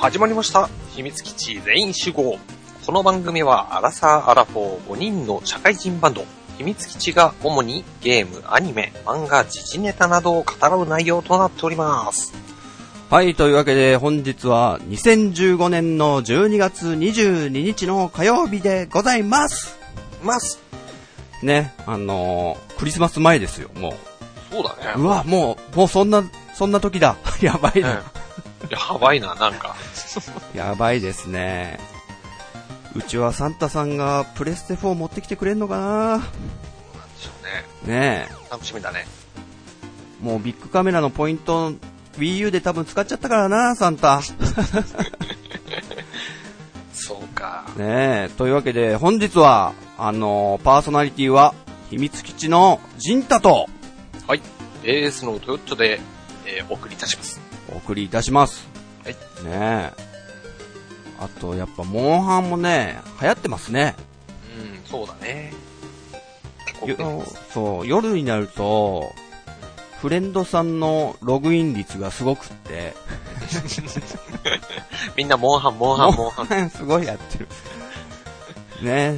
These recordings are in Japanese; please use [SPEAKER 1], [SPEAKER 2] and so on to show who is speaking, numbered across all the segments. [SPEAKER 1] 始まりました。秘密基地全員集合。この番組は、アラサー・アラフォー5人の社会人バンド、秘密基地が主にゲーム、アニメ、漫画、時事ネタなどを語らう内容となっております。
[SPEAKER 2] はい、というわけで本日は2015年の12月22日の火曜日でございます
[SPEAKER 1] ます。
[SPEAKER 2] ね、あのー、クリスマス前ですよ、も
[SPEAKER 1] そうだ
[SPEAKER 2] う。
[SPEAKER 1] ね。
[SPEAKER 2] うわ、もう、もうそんな、そんな時だ。 やばいな。
[SPEAKER 1] うんやばいな、なんか。
[SPEAKER 2] やばいですね。うちはサンタさんがプレステ4持ってきてくれんのか
[SPEAKER 1] なんでしょうね。
[SPEAKER 2] なね
[SPEAKER 1] 楽しみだね。
[SPEAKER 2] え、もうビッグカメラのポイント、Wii U で多分使っちゃったからな、サンタ。
[SPEAKER 1] そうか。
[SPEAKER 2] ねえ、というわけで本日は、あのーパーソナリティは、秘密基地のジンタと、
[SPEAKER 1] はい。ベースのトヨッチョで、えーお送りいたします。
[SPEAKER 2] お送りいたします。
[SPEAKER 1] はい
[SPEAKER 2] ねえ。あと、やっぱ、モンハンもね、流行ってますね。
[SPEAKER 1] うん、そうだね。結
[SPEAKER 2] よ
[SPEAKER 1] 構、
[SPEAKER 2] そう、夜になると、フレンドさんのログイン率がすごくって、
[SPEAKER 1] みんなモンハン、モンハン、モンハン。
[SPEAKER 2] ンすごいやってる。ねえ。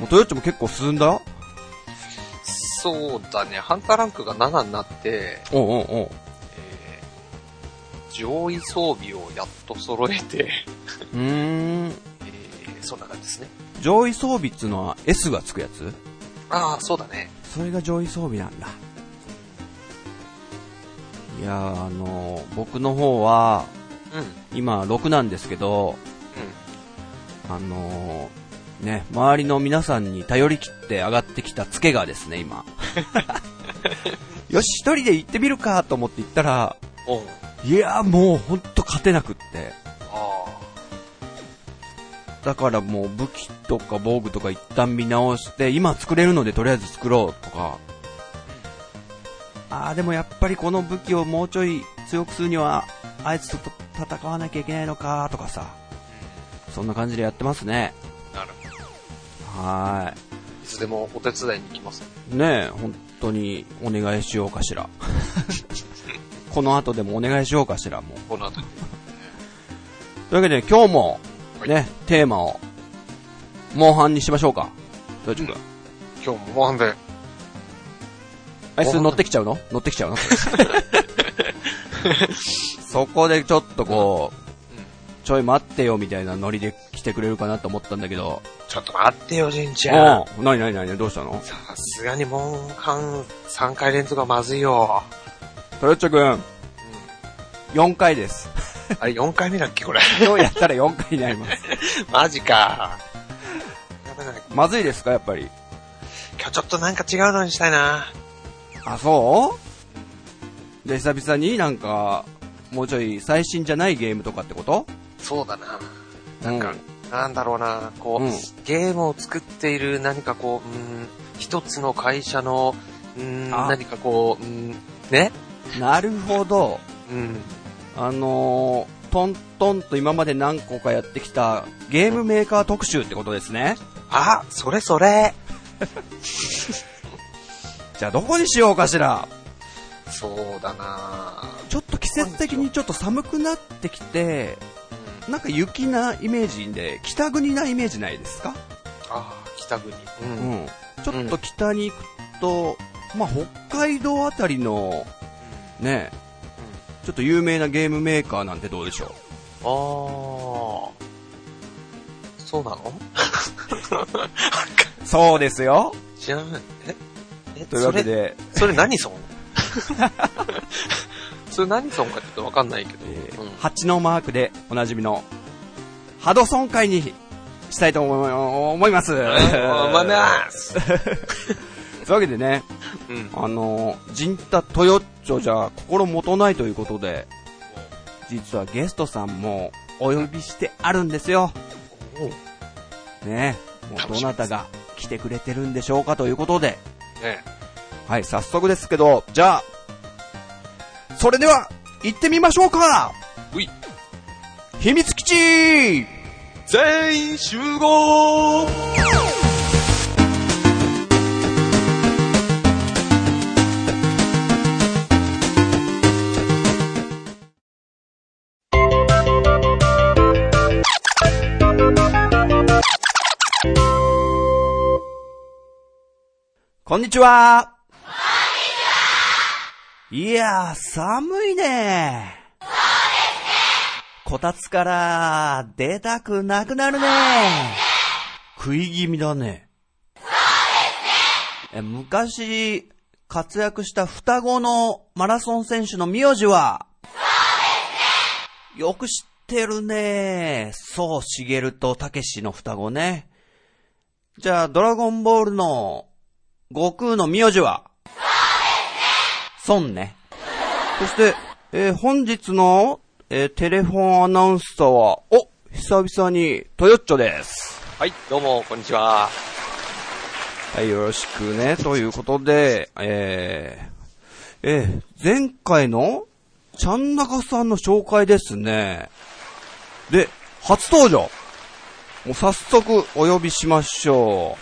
[SPEAKER 2] もうトヨッチも結構進んだよ
[SPEAKER 1] そうだね、ハンターランクが7になって、
[SPEAKER 2] おうおうお
[SPEAKER 1] え
[SPEAKER 2] う
[SPEAKER 1] ー上位装備をやっと揃えて、
[SPEAKER 2] うーん。
[SPEAKER 1] えーそんな感じですね。
[SPEAKER 2] 上位装備っつうのは S がつくやつ
[SPEAKER 1] ああ、そうだね。
[SPEAKER 2] それが上位装備なんだ。いやー、あのー僕の方は、
[SPEAKER 1] うん。うん。
[SPEAKER 2] 今6なんですけど、あのーね、周りの皆さんに頼り切って上がってきたツケがですね、今。よし、一人で行ってみるかと思って行ったら、
[SPEAKER 1] おう
[SPEAKER 2] いやーもうほんと勝てなくって。
[SPEAKER 1] あ
[SPEAKER 2] だからもう武器とか防具とか一旦見直して、今作れるのでとりあえず作ろうとか。あーでもやっぱりこの武器をもうちょい強くするには、あいつと戦わなきゃいけないのかとかさ。そんな感じでやってますね。
[SPEAKER 1] あ、なるほど。
[SPEAKER 2] はーい。
[SPEAKER 1] いつでもお手伝いに行きます。
[SPEAKER 2] ねえ、本当にお願いしようかし ら。この後でもお願いしようかしら、も
[SPEAKER 1] この後に。
[SPEAKER 2] う。というわけで、今日も、
[SPEAKER 1] はい
[SPEAKER 2] ね、テーマを、モンハンにしましょうか。どうちくん。
[SPEAKER 1] 今日もモンハンで。
[SPEAKER 2] あいつ乗ってきちゃうの乗ってきちゃう のそこでちょっとこ
[SPEAKER 1] うん
[SPEAKER 2] う、ちょい待ってよみたいなノリで来てくれるかなと思ったんだけど。
[SPEAKER 1] ちょっと待ってよ、じんちゃん。
[SPEAKER 2] うん。なになになにどうしたの
[SPEAKER 1] さすがにモンハン3回連続はまずいよ。
[SPEAKER 2] トヨッチョくん、4回です。
[SPEAKER 1] あれ4回目だっけ、 これ。
[SPEAKER 2] 今日やったら4回になり ます。
[SPEAKER 1] マジか。やばいな。今
[SPEAKER 2] まずいですか、やっぱり。
[SPEAKER 1] 日ちょっとなんか違うのにしたいな。
[SPEAKER 2] あ、そうで、久々になんか、もうちょい最新じゃないゲームとかってこと
[SPEAKER 1] そうだな。
[SPEAKER 2] なん
[SPEAKER 1] かなんだろうな、こう、
[SPEAKER 2] うん
[SPEAKER 1] ゲームを作っている何かこう、うん、一つの会社の、うん、
[SPEAKER 2] あ
[SPEAKER 1] 何かこう、うん、ね、
[SPEAKER 2] なるほど。
[SPEAKER 1] うん、
[SPEAKER 2] あのー、トントンと今まで何個かやってきたゲームメーカー特集ってことですね。
[SPEAKER 1] あ、それそれ。
[SPEAKER 2] じゃあどこにしようかしら。
[SPEAKER 1] そうだな、
[SPEAKER 2] ちょっと季節的にちょっと寒くなってきて、なんか雪なイメージで、北国なイメージないですか
[SPEAKER 1] あ、北国。う、
[SPEAKER 2] うん
[SPEAKER 1] うん、
[SPEAKER 2] ん。ちょっと北に行くと、まあ、北海道あたりの、ね、ちょっと有名なゲームメーカーなんてどうでしょう
[SPEAKER 1] あーそうなの
[SPEAKER 2] そうですよ。
[SPEAKER 1] 知らない。ええ、
[SPEAKER 2] というわけで、
[SPEAKER 1] それ、それ何ソン それ何ソンかちょっとわかんないけど。
[SPEAKER 2] えー
[SPEAKER 1] うん
[SPEAKER 2] 蜂のマークでおなじみの、ハドソン会にしたいと思い思います。
[SPEAKER 1] 思い ます。
[SPEAKER 2] というわけでね、
[SPEAKER 1] うん。
[SPEAKER 2] あのー、ジンタトヨッチョじゃ心もとないということで、実はゲストさんもお呼びしてあるんですよ。
[SPEAKER 1] おう
[SPEAKER 2] ねもうどなたが来てくれてるんでしょうかということで、
[SPEAKER 1] ね
[SPEAKER 2] はい、早速ですけど、じゃあ、それでは、行ってみましょうか
[SPEAKER 1] うい
[SPEAKER 2] 秘密基地
[SPEAKER 1] 全員集合
[SPEAKER 2] 秘密こんにちはいやー、寒いねこたつから出たくなくなるね食い気味だね。え昔、活躍した双子のマラソン選手の名字はよく知ってるね。そう、しげるとたけしの双子ね。じゃあ、ドラゴンボールの悟空の名字は孫ね。そして、えー本日の、えーテレフォンアナウンサーは、お久々に、トヨッチョです。
[SPEAKER 1] はい、どうも、こんにちは。
[SPEAKER 2] はい、よろしくね。ということで、えー、えー前回の、ちゃんなかさんの紹介ですね。で、初登場。もう早速お呼びしましょ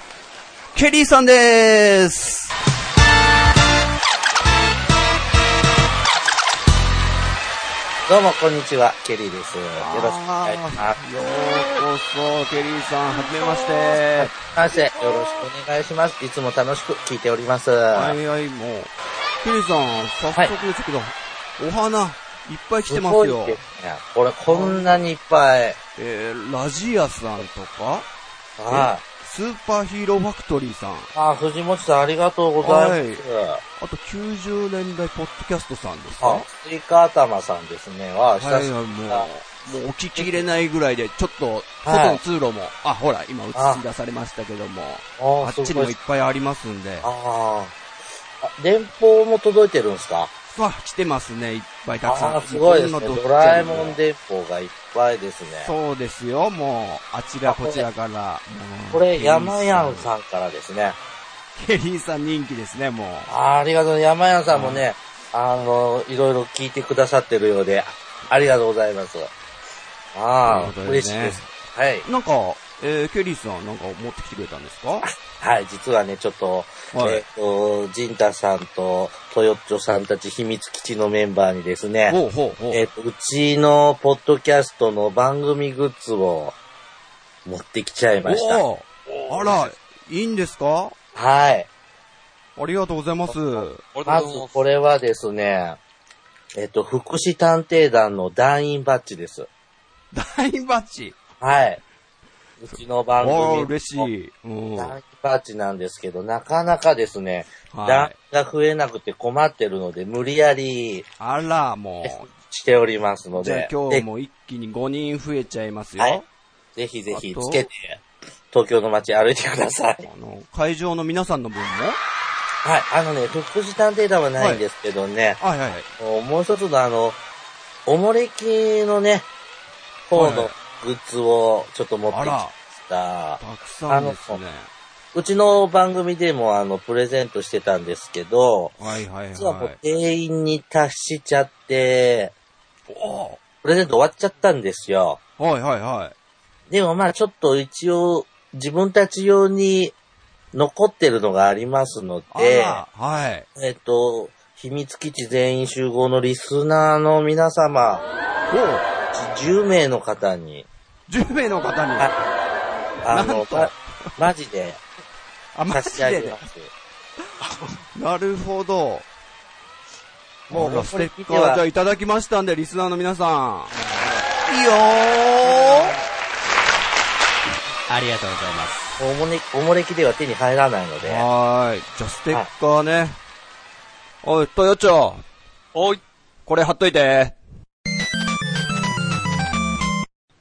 [SPEAKER 2] う。ケリーさんでーす。
[SPEAKER 3] どうも、こんにちは。ケリーです。よろしくお願いします。
[SPEAKER 2] ようこそ、ケリーさん、はじめまして。
[SPEAKER 3] はじめましてよろしくお願いします。いつも楽しく聞いております。
[SPEAKER 2] はいはい、もう。ケリーさん、
[SPEAKER 3] は
[SPEAKER 2] 早
[SPEAKER 3] い
[SPEAKER 2] 速ですけど、お花、いっぱい来てます
[SPEAKER 3] ごい
[SPEAKER 2] よ
[SPEAKER 3] で。すね。これ、こんなにいっぱい。
[SPEAKER 2] えー、ラジアさんとか、
[SPEAKER 3] は
[SPEAKER 2] スーパーヒーローファクトリーさん、
[SPEAKER 3] い。あ、藤本さん、ありがとうございます。
[SPEAKER 2] あと90年代ポッドキャストさんですか
[SPEAKER 3] あ、スイカ頭さんですね。は、
[SPEAKER 2] は
[SPEAKER 3] 久
[SPEAKER 2] い
[SPEAKER 3] しぶ
[SPEAKER 2] はい、
[SPEAKER 3] りだ。
[SPEAKER 2] もう、もうお聞き入れないぐらいで、ちょっと、外の通路も、あ、ほら、今映し出されましたけども、あ
[SPEAKER 3] あ
[SPEAKER 2] っちに
[SPEAKER 3] すご
[SPEAKER 2] も
[SPEAKER 3] い
[SPEAKER 2] いっ。ぱいありますんで、
[SPEAKER 3] あーあ。電報も届いてるんですか
[SPEAKER 2] さあ、来てますね、いっぱいたくさん。
[SPEAKER 3] ああ、すごいです
[SPEAKER 2] どんな
[SPEAKER 3] ね。
[SPEAKER 2] どっち
[SPEAKER 3] ド
[SPEAKER 2] も
[SPEAKER 3] ラえもん電報がいっぱいですね。
[SPEAKER 2] そうですよ、もう、あちらこちらから。
[SPEAKER 3] これ、山やん
[SPEAKER 2] ん。
[SPEAKER 3] さんからですね。
[SPEAKER 2] ケリーさん人気ですね、もう。
[SPEAKER 3] あありがとう。山屋さんもね、あの、いろいろ聞いてくださってるようで、ありがとうございます。
[SPEAKER 2] という
[SPEAKER 3] ああ、
[SPEAKER 2] ことでね
[SPEAKER 3] 嬉しいです。はい。
[SPEAKER 2] なんか、えー、ケリーさんなんか持ってきてくれたんです か
[SPEAKER 3] はい、実はね、ちょっと、
[SPEAKER 2] はい
[SPEAKER 3] えっ、と、ジンタさんとトヨッチョさんたち秘密基地のメンバーにですね、
[SPEAKER 2] ほうほうほう。
[SPEAKER 3] えっ、と、うちのポッドキャストの番組グッズを持ってきちゃいました。
[SPEAKER 2] おーあら、いいんですか
[SPEAKER 3] はい。
[SPEAKER 2] ありがとうございます。
[SPEAKER 1] ありが
[SPEAKER 3] ま
[SPEAKER 1] と
[SPEAKER 3] ず
[SPEAKER 1] うございます。
[SPEAKER 3] これはですね、えっ、と、福祉探偵団の団員バッジです。
[SPEAKER 2] 大バッチ。
[SPEAKER 3] はい。うちの番組
[SPEAKER 2] お
[SPEAKER 3] の
[SPEAKER 2] ー、嬉しい。うん。
[SPEAKER 3] 団員バッジなんですけど、なかなかですね、
[SPEAKER 2] はい。
[SPEAKER 3] 団員が増えなくて困ってるので、無理やり
[SPEAKER 2] あら、もう。
[SPEAKER 3] しておりますの
[SPEAKER 2] じゃあ
[SPEAKER 3] で、
[SPEAKER 2] 今日も一気に5人増えちゃいますよ。
[SPEAKER 3] はいぜひぜひ
[SPEAKER 2] あと
[SPEAKER 3] つけて、東京の街歩いてください。
[SPEAKER 2] あの、会場の皆さんの分も
[SPEAKER 3] はい、あのね、福祉探偵団はないんですけどね、
[SPEAKER 2] はいはいはい。
[SPEAKER 3] もうもう一つのあの、おもれきのね、方のグッズをちょっと持ってき
[SPEAKER 2] あ
[SPEAKER 3] ま
[SPEAKER 2] ら、
[SPEAKER 3] した。
[SPEAKER 2] たくさんですね。
[SPEAKER 3] うちの番組でもあの、プレゼントしてたんですけど、
[SPEAKER 2] はいはい
[SPEAKER 3] 実はもう
[SPEAKER 2] は
[SPEAKER 3] 定員に達しちゃって、
[SPEAKER 2] い。お
[SPEAKER 3] プレゼント終わっちゃったんですよ。
[SPEAKER 2] ーはいはいはい。
[SPEAKER 3] でもまあちょっと一応自分たち用に残ってるのがありますの
[SPEAKER 2] あ
[SPEAKER 3] で、
[SPEAKER 2] ら、はい。
[SPEAKER 3] えっと、秘密基地全員集合のリスナーの皆様、
[SPEAKER 2] お
[SPEAKER 3] 10名の方に、
[SPEAKER 2] 10名の方に。
[SPEAKER 3] ああ
[SPEAKER 2] なん
[SPEAKER 3] の、
[SPEAKER 2] と
[SPEAKER 3] ま、マジで
[SPEAKER 2] あ、マジ
[SPEAKER 3] 差し上
[SPEAKER 2] で
[SPEAKER 3] げ
[SPEAKER 2] ね
[SPEAKER 3] ま。す。
[SPEAKER 2] なるほど。も
[SPEAKER 3] も
[SPEAKER 2] う、
[SPEAKER 3] う
[SPEAKER 2] ステッカ
[SPEAKER 3] これ見て
[SPEAKER 2] ー
[SPEAKER 3] は
[SPEAKER 2] じゃあいただきましたんで、リスナーの皆さん。いいよ
[SPEAKER 4] ありがとうございます。
[SPEAKER 3] おもれ、おもれきでは手に入らないので、
[SPEAKER 2] ーはーい。じゃあ、ステッカーね。おい、トヨチョ、
[SPEAKER 1] おい、
[SPEAKER 2] これ貼っといて。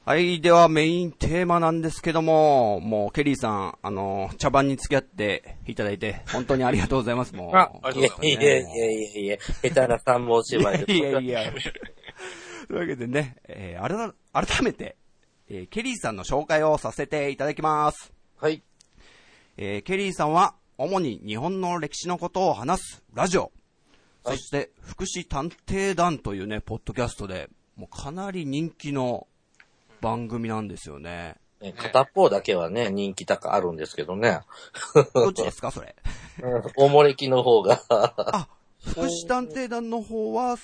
[SPEAKER 2] はい、ではメインテーマなんですけども、もうケリーさん、あの、茶番に付き合っていただいて、本当にありがとうございます、もう。
[SPEAKER 1] ああり
[SPEAKER 3] いえ
[SPEAKER 1] がとうござ
[SPEAKER 3] い
[SPEAKER 1] い
[SPEAKER 3] え
[SPEAKER 1] ま
[SPEAKER 3] いえいえいえ、下手な三本芝居で。
[SPEAKER 2] いやいやいや。というわけでね、えーあら、改めて、えーケリーさんの紹介をさせていただきます。
[SPEAKER 3] はい。
[SPEAKER 2] えーケリーさんは、主に日本の歴史のことを話すラジオ、そして、福祉探偵団というね、ポッドキャストで、もうかなり人気の番組なんですよね。
[SPEAKER 3] ね片方だけはね、人気高あるんですけどね。
[SPEAKER 2] どっちですか、そ れ。
[SPEAKER 3] おもれきの方が。
[SPEAKER 2] あ、福祉探偵団の方は、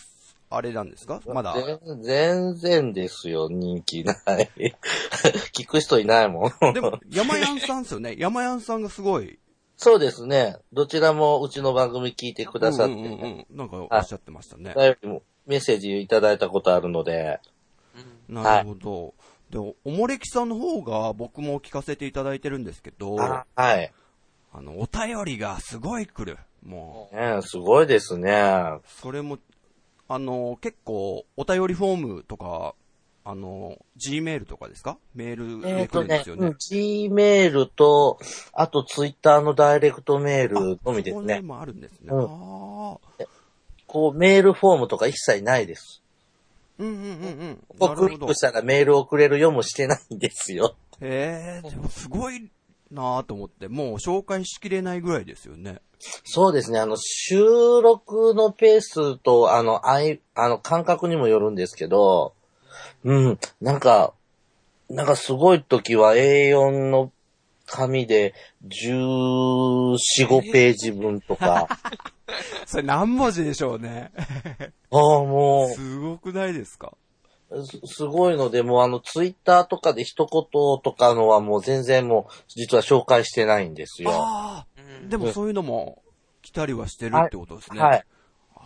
[SPEAKER 2] あれなんですかまだ。
[SPEAKER 3] 全全然ですよ、人気ない。 聞く人いないもん。
[SPEAKER 2] でも、山やんさんですよね。山やんさんがすごい
[SPEAKER 3] そうですね。どちらもうちの番組聞いてくださって、
[SPEAKER 2] うんうんうんうん。なんかおっしゃってましたね。
[SPEAKER 3] お便りもメッセージいただいたことあるので、
[SPEAKER 2] なるほど。で、おもれきさんの方が僕も聞かせていただいてるんですけど、
[SPEAKER 3] あ
[SPEAKER 2] あ
[SPEAKER 3] はい。
[SPEAKER 2] の、お便りがすごい来る。も
[SPEAKER 3] ね、すごいですね。は
[SPEAKER 2] う、それも、あの、結構、お便りフォームとか、あの、Gmail とかですかメール
[SPEAKER 3] え
[SPEAKER 2] で来
[SPEAKER 3] っ
[SPEAKER 2] る
[SPEAKER 3] と
[SPEAKER 2] んで
[SPEAKER 3] ね、
[SPEAKER 2] すよね。
[SPEAKER 3] G メールと、あとツイッターのダイレクトメールのみです
[SPEAKER 2] これ
[SPEAKER 3] ね。
[SPEAKER 2] もあるんですね。
[SPEAKER 3] うん
[SPEAKER 2] ああ。
[SPEAKER 3] こう、メールフォームとか一切ないです。
[SPEAKER 2] うんうんうんうん。
[SPEAKER 3] こ
[SPEAKER 2] なる
[SPEAKER 3] こク
[SPEAKER 2] ほ
[SPEAKER 3] リ
[SPEAKER 2] ど
[SPEAKER 3] ックしたらメール送れるよもしてないんですよ。
[SPEAKER 2] へえ、でもすごいなぁと思って、もう紹介しきれないぐらいですよね。
[SPEAKER 3] そうですね、あの、収録のペースと、あの、あい、あの、感覚にもよるんですけど、うん、なんか、なんかすごい時は A4 の紙で14、5ページ分と か、あ
[SPEAKER 2] それ何文字でしょうね。
[SPEAKER 3] あ、もう、
[SPEAKER 2] すごくないですか
[SPEAKER 3] すすごいので、もうあの、ツイッターとかで一言とかのはもう全然もう、実は紹介してないんですよ。
[SPEAKER 2] あ
[SPEAKER 1] う
[SPEAKER 2] あ、
[SPEAKER 1] ん
[SPEAKER 2] でもそういうのも来たりはしてるってことですね。
[SPEAKER 3] はい。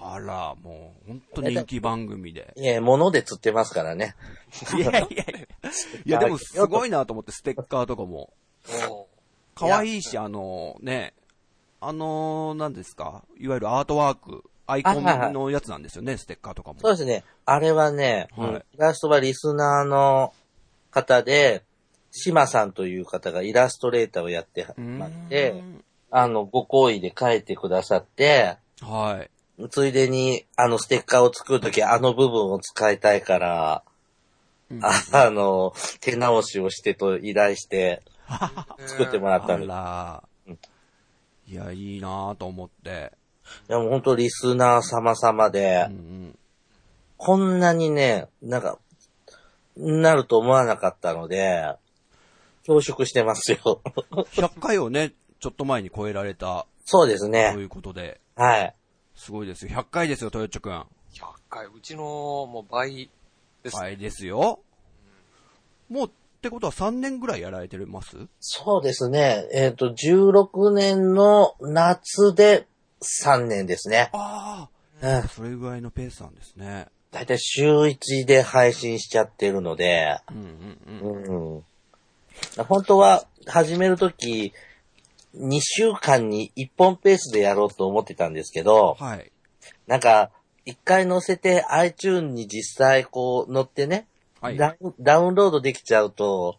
[SPEAKER 2] あら、もう本当人気番組で。
[SPEAKER 3] いえ、物で釣ってますからね。
[SPEAKER 2] いやいやいや。いやでもすごいなと思って、ステッカーとかも。
[SPEAKER 1] お
[SPEAKER 2] 可愛いし、あのね、あの、何ですかいわゆるアートワーク、アイコンのやつなんですよね、ステッカーとかも。
[SPEAKER 3] そうですね。あれはね、
[SPEAKER 2] はい
[SPEAKER 3] うんイラストはリスナーの方で、島さんという方がイラストレーターをやっては
[SPEAKER 2] うーん
[SPEAKER 3] まって、あの、ご好意で書いてくださって、
[SPEAKER 2] はい。
[SPEAKER 3] ついでに、あの、ステッカーを作るとき、あの部分を使いたいから、
[SPEAKER 2] うん
[SPEAKER 3] ああの、手直しをしてと依頼して、作ってもらった
[SPEAKER 2] あ
[SPEAKER 3] んで。
[SPEAKER 2] らいや、いいなぁと思って。
[SPEAKER 3] いや、もう本当リスナー様様で、
[SPEAKER 2] うんうん
[SPEAKER 3] こんなにね、なんか、なると思わなかったので、恐縮してま すよ。
[SPEAKER 2] 100回をね、ちょっと前に超えられた
[SPEAKER 3] そうです
[SPEAKER 2] と
[SPEAKER 3] ね
[SPEAKER 2] い。うことで、
[SPEAKER 3] はい。
[SPEAKER 2] すごいですよ。100回ですよ、豊地くん。
[SPEAKER 1] 100回、うちのもう倍です。
[SPEAKER 2] はいですよ。もう、ってことは3年ぐらいやられてます
[SPEAKER 3] そうですね。えっ、と、16年の夏で3年ですね。
[SPEAKER 2] あ
[SPEAKER 3] うん
[SPEAKER 2] あ、。それぐらいのペースなんですね。
[SPEAKER 3] だいたい週1で配信しちゃってるので、
[SPEAKER 2] うんうんうん。
[SPEAKER 3] うん。本当は、始めるとき、2週間に1本ペースでやろうと思ってたんですけど、
[SPEAKER 2] はい。
[SPEAKER 3] なんか、一回載せて iTune に実際こう載ってね、
[SPEAKER 2] はい。
[SPEAKER 3] ダウンダウンロードできちゃうと、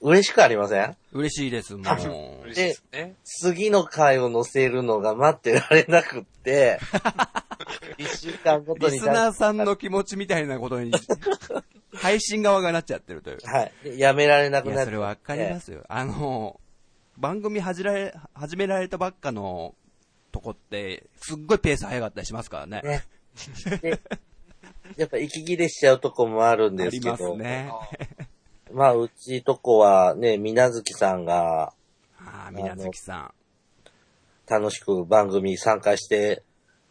[SPEAKER 3] 嬉しくありません
[SPEAKER 2] 嬉しいです、もう。
[SPEAKER 1] 嬉しいですね。
[SPEAKER 3] 次の回を載せるのが待ってられなく って、一週間ごと
[SPEAKER 2] リ
[SPEAKER 3] に
[SPEAKER 2] ス
[SPEAKER 3] ダ
[SPEAKER 2] ナ
[SPEAKER 3] ウ
[SPEAKER 2] ーさんの気持ちみたいなことに、 配信側がなっちゃってるという。
[SPEAKER 3] ン、はい、でやめられなく
[SPEAKER 2] い
[SPEAKER 3] な
[SPEAKER 2] や、
[SPEAKER 3] っ
[SPEAKER 2] そ
[SPEAKER 3] て。
[SPEAKER 2] れわかりますよ。あの、番組始られ、始められたばっかのとこって、すっごいペース早かったりしますからね。
[SPEAKER 3] ね。でやっぱ息切れしちゃうとこもあるん
[SPEAKER 2] あ
[SPEAKER 3] です
[SPEAKER 2] り
[SPEAKER 3] けど、
[SPEAKER 2] ますね。
[SPEAKER 3] まあうちとこはね、みなずきさんが
[SPEAKER 2] ああ、みなずきさ
[SPEAKER 3] 楽しく番組参加して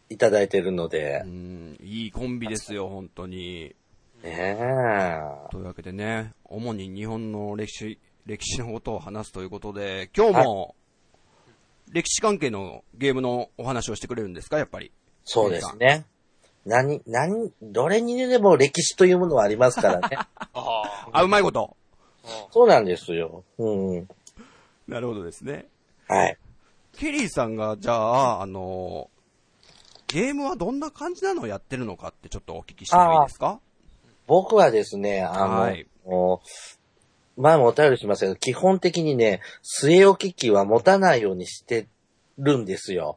[SPEAKER 3] いただいてるので
[SPEAKER 2] ん。う、ん、いいコンビですよ、本当に。
[SPEAKER 3] ねえ。
[SPEAKER 2] というわけでね、主に日本の歴史、歴史のことを話すということで、今日も、歴史関係のゲームのお話をしてくれるんですか、やっぱり。
[SPEAKER 3] そうですね。何、何、どれにでも歴史というものはありますか らね。
[SPEAKER 1] ああ
[SPEAKER 2] あ、うまいこと。
[SPEAKER 3] そうなんですよ。うん。
[SPEAKER 2] なるほどですね。
[SPEAKER 3] はい。
[SPEAKER 2] ケリーさんが、じゃあ、あのゲームはどんな感じなのをやってるのかってちょっとお聞きしてもいいですか
[SPEAKER 3] 僕はですね、あの、
[SPEAKER 2] はい
[SPEAKER 3] もう前もお便りしましたけど、基本的にね、据え置き機は持たないようにしてるんですよ。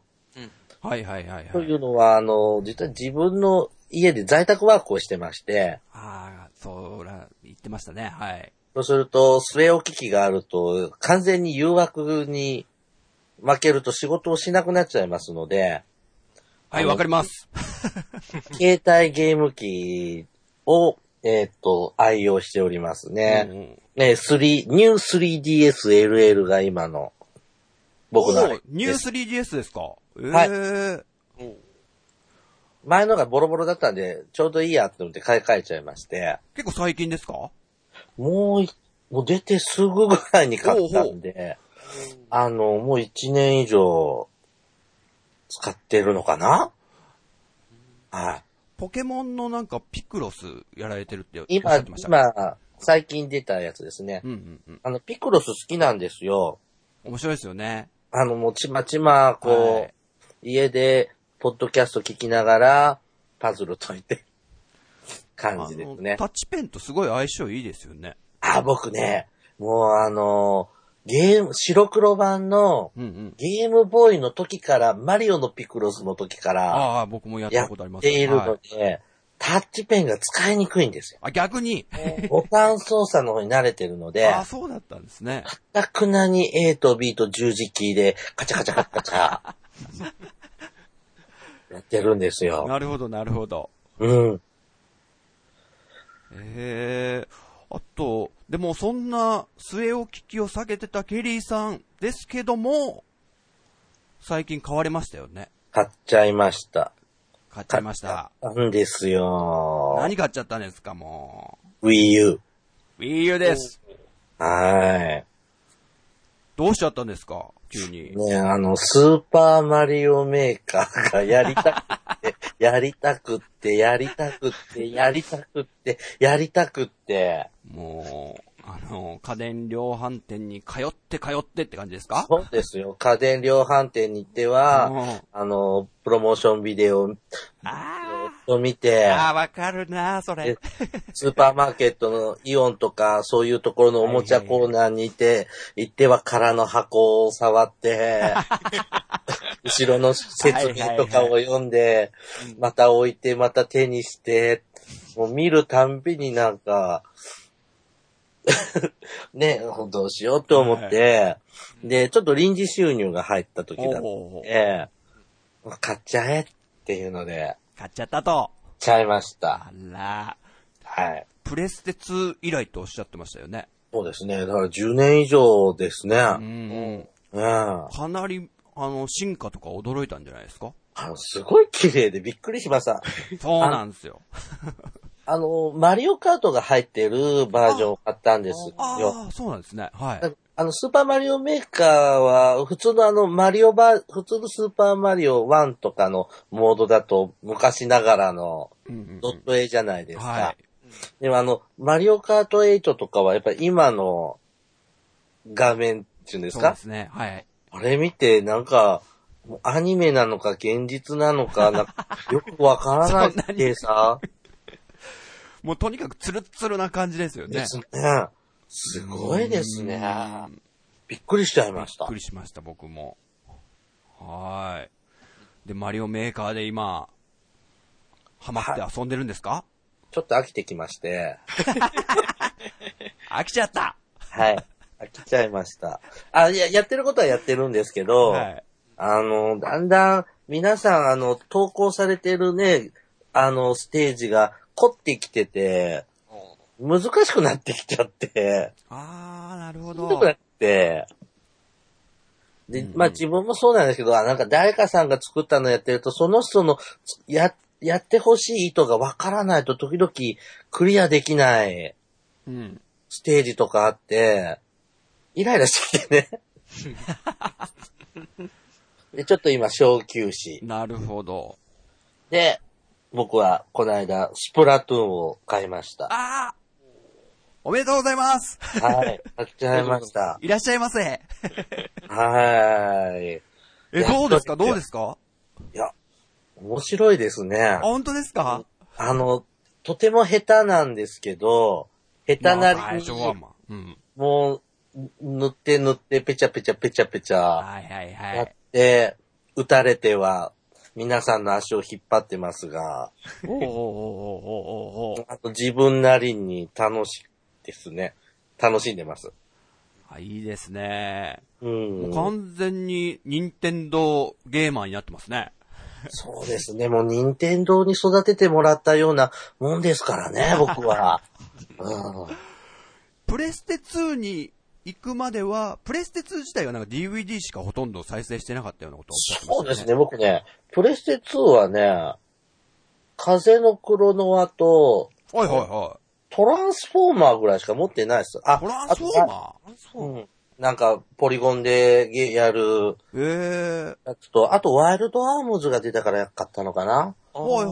[SPEAKER 2] はいはいはい
[SPEAKER 3] と
[SPEAKER 2] はいい。
[SPEAKER 3] うのは、あの、実は自分の家で在宅ワークをしてまして、
[SPEAKER 2] ああ、そら、言ってましたね。はい。
[SPEAKER 3] そうすると、据え置き機があると、完全に誘惑に負けると仕事をしなくなっちゃいますので、
[SPEAKER 2] はい、わかります。
[SPEAKER 3] 携帯ゲーム機を、えっ、と、愛用しておりますね。
[SPEAKER 2] うんうん
[SPEAKER 3] ね、3、ニュー 3DSLL が今の、僕のあれ
[SPEAKER 2] おニュース 3DS ですかええー
[SPEAKER 1] おう
[SPEAKER 3] 前のがボロボロだったんで、ちょうどいいやって思って買い替えちゃいまして、
[SPEAKER 2] 結構最近ですか
[SPEAKER 3] もうい、もう出てすぐぐらいに買ったんで、あの、もう1年以上、使ってるのかなはい。
[SPEAKER 2] ポケモンのなんかピクロスやられてるっておっしゃ
[SPEAKER 3] 今
[SPEAKER 2] ってま、した。
[SPEAKER 3] 今、最近出たやつですね。
[SPEAKER 2] うんうんうん。
[SPEAKER 3] あの、ピクロス好きなんですよ。
[SPEAKER 2] 面白いですよね。
[SPEAKER 3] あの、もうちまちま、こう、
[SPEAKER 2] はい
[SPEAKER 3] 家で、ポッドキャスト聞きながら、パズル解いて、感じです
[SPEAKER 2] あの
[SPEAKER 3] ね
[SPEAKER 2] タ。ッチペンとすごい相性いいですよね。
[SPEAKER 3] あ、僕ね、もうあの、ゲーム、白黒版の、
[SPEAKER 2] うんうん。
[SPEAKER 3] ゲームボーイの時から、マリオのピクロスの時から、
[SPEAKER 2] ああ、僕もやっ
[SPEAKER 3] や
[SPEAKER 2] たことありま
[SPEAKER 3] っ
[SPEAKER 2] す。
[SPEAKER 3] ている
[SPEAKER 2] は
[SPEAKER 3] ので、タッチペンが使いにくいんで すよ。
[SPEAKER 2] あ、逆に。
[SPEAKER 3] ボタン操作の方に慣れてるので、
[SPEAKER 2] ああ、そうだったんですね。
[SPEAKER 3] たくなに A と B と十字キーで、カチャカチャカチャカチャ、 やってるんですよ。
[SPEAKER 2] なるほど、なるほど。
[SPEAKER 3] うん。
[SPEAKER 2] ええあと、でもそんな末を聞きを避けてたケリーさんですけども、最近買われましたよね。
[SPEAKER 3] 買っちゃいました。
[SPEAKER 2] 買っちゃいました。
[SPEAKER 3] なんですよ。
[SPEAKER 2] 何買っちゃったんですか、も
[SPEAKER 3] ?Wii U。
[SPEAKER 2] う。Wii U です。
[SPEAKER 3] は
[SPEAKER 2] どうしちゃったんですか、急に
[SPEAKER 3] い。。ねあの、スーパーマリオメーカーがやりたくて、 やりたくって、やりたくって、やりたくって、やりたくって、
[SPEAKER 2] もう、あの、家電量販店に通って通ってって感じですか
[SPEAKER 3] そうですよ。家電量販店に行っては、
[SPEAKER 2] あ
[SPEAKER 3] あの、プロモーションビデオ
[SPEAKER 2] あ
[SPEAKER 3] を見て
[SPEAKER 2] ー、、あーわかるな、それ
[SPEAKER 3] で。スーパーマーケットのイオンとか、そういうところのおもちゃコーナーにいて、行っては空の箱を触って、後ろの説明とかを読んで、また置いて、また手にして、もう見るたんびになんか、 ね、どうしようと思って、で、ちょっと臨時収入が入った時だった
[SPEAKER 2] おー
[SPEAKER 3] んで、買っちゃえっていうので、
[SPEAKER 2] 買っちゃったと。
[SPEAKER 3] ちゃいました。
[SPEAKER 2] あら、
[SPEAKER 3] はい。
[SPEAKER 2] プレステ2以来とおっしゃってましたよね。
[SPEAKER 3] そうですね。だから10年以上ですね。
[SPEAKER 2] う
[SPEAKER 3] うん。
[SPEAKER 2] ん。
[SPEAKER 3] あ
[SPEAKER 2] かなり、あの、進化とか驚いたんじゃないですか
[SPEAKER 3] の、すごい綺麗でびっくりしました。
[SPEAKER 2] そうなんですよ。
[SPEAKER 3] あの、マリオカートが入ってるバージョンを買ったんですよ。
[SPEAKER 2] ああ、そうなんですね。はい。
[SPEAKER 3] あの、スーパーマリオメーカーは、普通のあの、マリオバー、普通のスーパーマリオ1とかのモードだと、昔ながらの
[SPEAKER 2] うんうん
[SPEAKER 3] ドット絵じゃないですか。
[SPEAKER 2] はい。
[SPEAKER 3] でもあの、マリオカート8とかは、やっぱり今の画面っていうんです
[SPEAKER 2] そう
[SPEAKER 3] か
[SPEAKER 2] ですね。はい。
[SPEAKER 3] あれ見て、なんか、もうアニメなのか現実なのか、な んかよくわからなくてさ、
[SPEAKER 2] もうとにかくツルッツルな感じですよね
[SPEAKER 3] で。すね。すごいですね。
[SPEAKER 2] うん
[SPEAKER 3] びっくりしちゃい
[SPEAKER 2] びっ
[SPEAKER 3] ました
[SPEAKER 2] く。りしました、僕も。はーい。で、マリオメーカーで今、ハマって遊んでるんですか、
[SPEAKER 3] ちょっと飽きてきま して、
[SPEAKER 2] 飽きちゃった
[SPEAKER 3] はい。飽きちゃいました。あ、いや、やってることはやってるんですけど、
[SPEAKER 2] はい。
[SPEAKER 3] あの、だんだん、皆さん、あの、投稿されてるね、あの、ステージが凝ってきてて、難しくなってきちゃって、
[SPEAKER 2] あー、なるほ
[SPEAKER 3] しんどくなっ
[SPEAKER 2] ど。
[SPEAKER 3] て、で、まあ自分もそうなんですけど、あなんか誰かさんが作ったのやってると、その人のつや、やってほしい意図がわからないと時々クリアできない
[SPEAKER 2] うん。
[SPEAKER 3] ステージとかあって、イライラしてき てね。で、ちょっと今小休止。
[SPEAKER 2] なるほど。
[SPEAKER 3] で、僕はこの間、スプラトゥーンを買いました。
[SPEAKER 2] あーおめでとうございます
[SPEAKER 3] はい。買っちゃいました。
[SPEAKER 2] いらっしゃいませ
[SPEAKER 3] はい。
[SPEAKER 2] え、
[SPEAKER 3] や
[SPEAKER 2] ど
[SPEAKER 3] っと
[SPEAKER 2] うですか
[SPEAKER 3] ですよ
[SPEAKER 2] どうですか
[SPEAKER 3] いや、面白いですね
[SPEAKER 2] あ、。本当ですか
[SPEAKER 3] あの、とても下手なんですけど、下手な
[SPEAKER 2] まあ
[SPEAKER 3] り
[SPEAKER 2] 最初は
[SPEAKER 3] に、
[SPEAKER 2] まあうん。
[SPEAKER 3] もう、塗って塗って、ぺちゃぺちゃぺちゃぺちゃ、
[SPEAKER 2] はいはいは
[SPEAKER 3] やっ
[SPEAKER 2] い。
[SPEAKER 3] て、打たれては、皆さんの足を引っ張ってますが、
[SPEAKER 2] おーおーおーおーおーおー
[SPEAKER 3] あと自分なりに楽しいですね。楽しんでます。
[SPEAKER 2] あ、いいですね。
[SPEAKER 3] う。
[SPEAKER 2] もうん完全に任天堂ゲーマーになってますね。
[SPEAKER 3] そうですね。もう任天堂に育ててもらったようなもんですからね、僕は。うん。
[SPEAKER 2] プレステ2に行くまでは、プレステ2自体はなんか DVD しかほとんど再生してなかったようなことをおっしゃってま
[SPEAKER 3] そう
[SPEAKER 2] したね。
[SPEAKER 3] ですね、僕ね、プレステ2はね、風のクロノアと、
[SPEAKER 2] はいはいは
[SPEAKER 3] トランスフォーマーぐらいしか持ってないです。あ、
[SPEAKER 2] い。トランスフォー
[SPEAKER 3] あ
[SPEAKER 2] マ
[SPEAKER 3] とうん。なんか、ポリゴンでゲやる
[SPEAKER 2] ええー。
[SPEAKER 3] やつと、あと、ワイルドアームズが出たからやっかったのかな
[SPEAKER 2] はいはい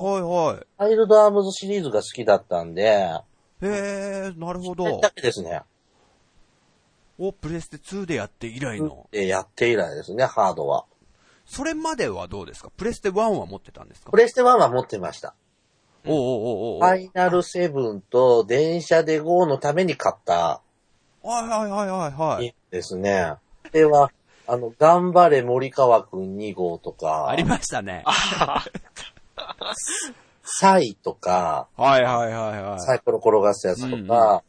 [SPEAKER 2] はい。
[SPEAKER 3] ワイルドアームズシリーズが好きだったんで、
[SPEAKER 2] ええー、なるほ
[SPEAKER 3] それ
[SPEAKER 2] ど
[SPEAKER 3] だ。けですね。
[SPEAKER 2] お、プレステ2でやって以来の。
[SPEAKER 3] で、やって以来ですね、ハードは。
[SPEAKER 2] それまではどうですかプレステ1は持ってたんですか
[SPEAKER 3] プレステ1は持ってました。
[SPEAKER 2] おうおうおうおう
[SPEAKER 3] ファイナルセブンと電車で GO のために買った
[SPEAKER 2] はいはいはいはいはい。
[SPEAKER 3] ですね。では、あの、頑張れ森川くん2号とか、
[SPEAKER 2] ありましたね。
[SPEAKER 3] サイとか、
[SPEAKER 2] はいはいはいは
[SPEAKER 3] サイコロ転がすやつと
[SPEAKER 2] うん
[SPEAKER 3] か、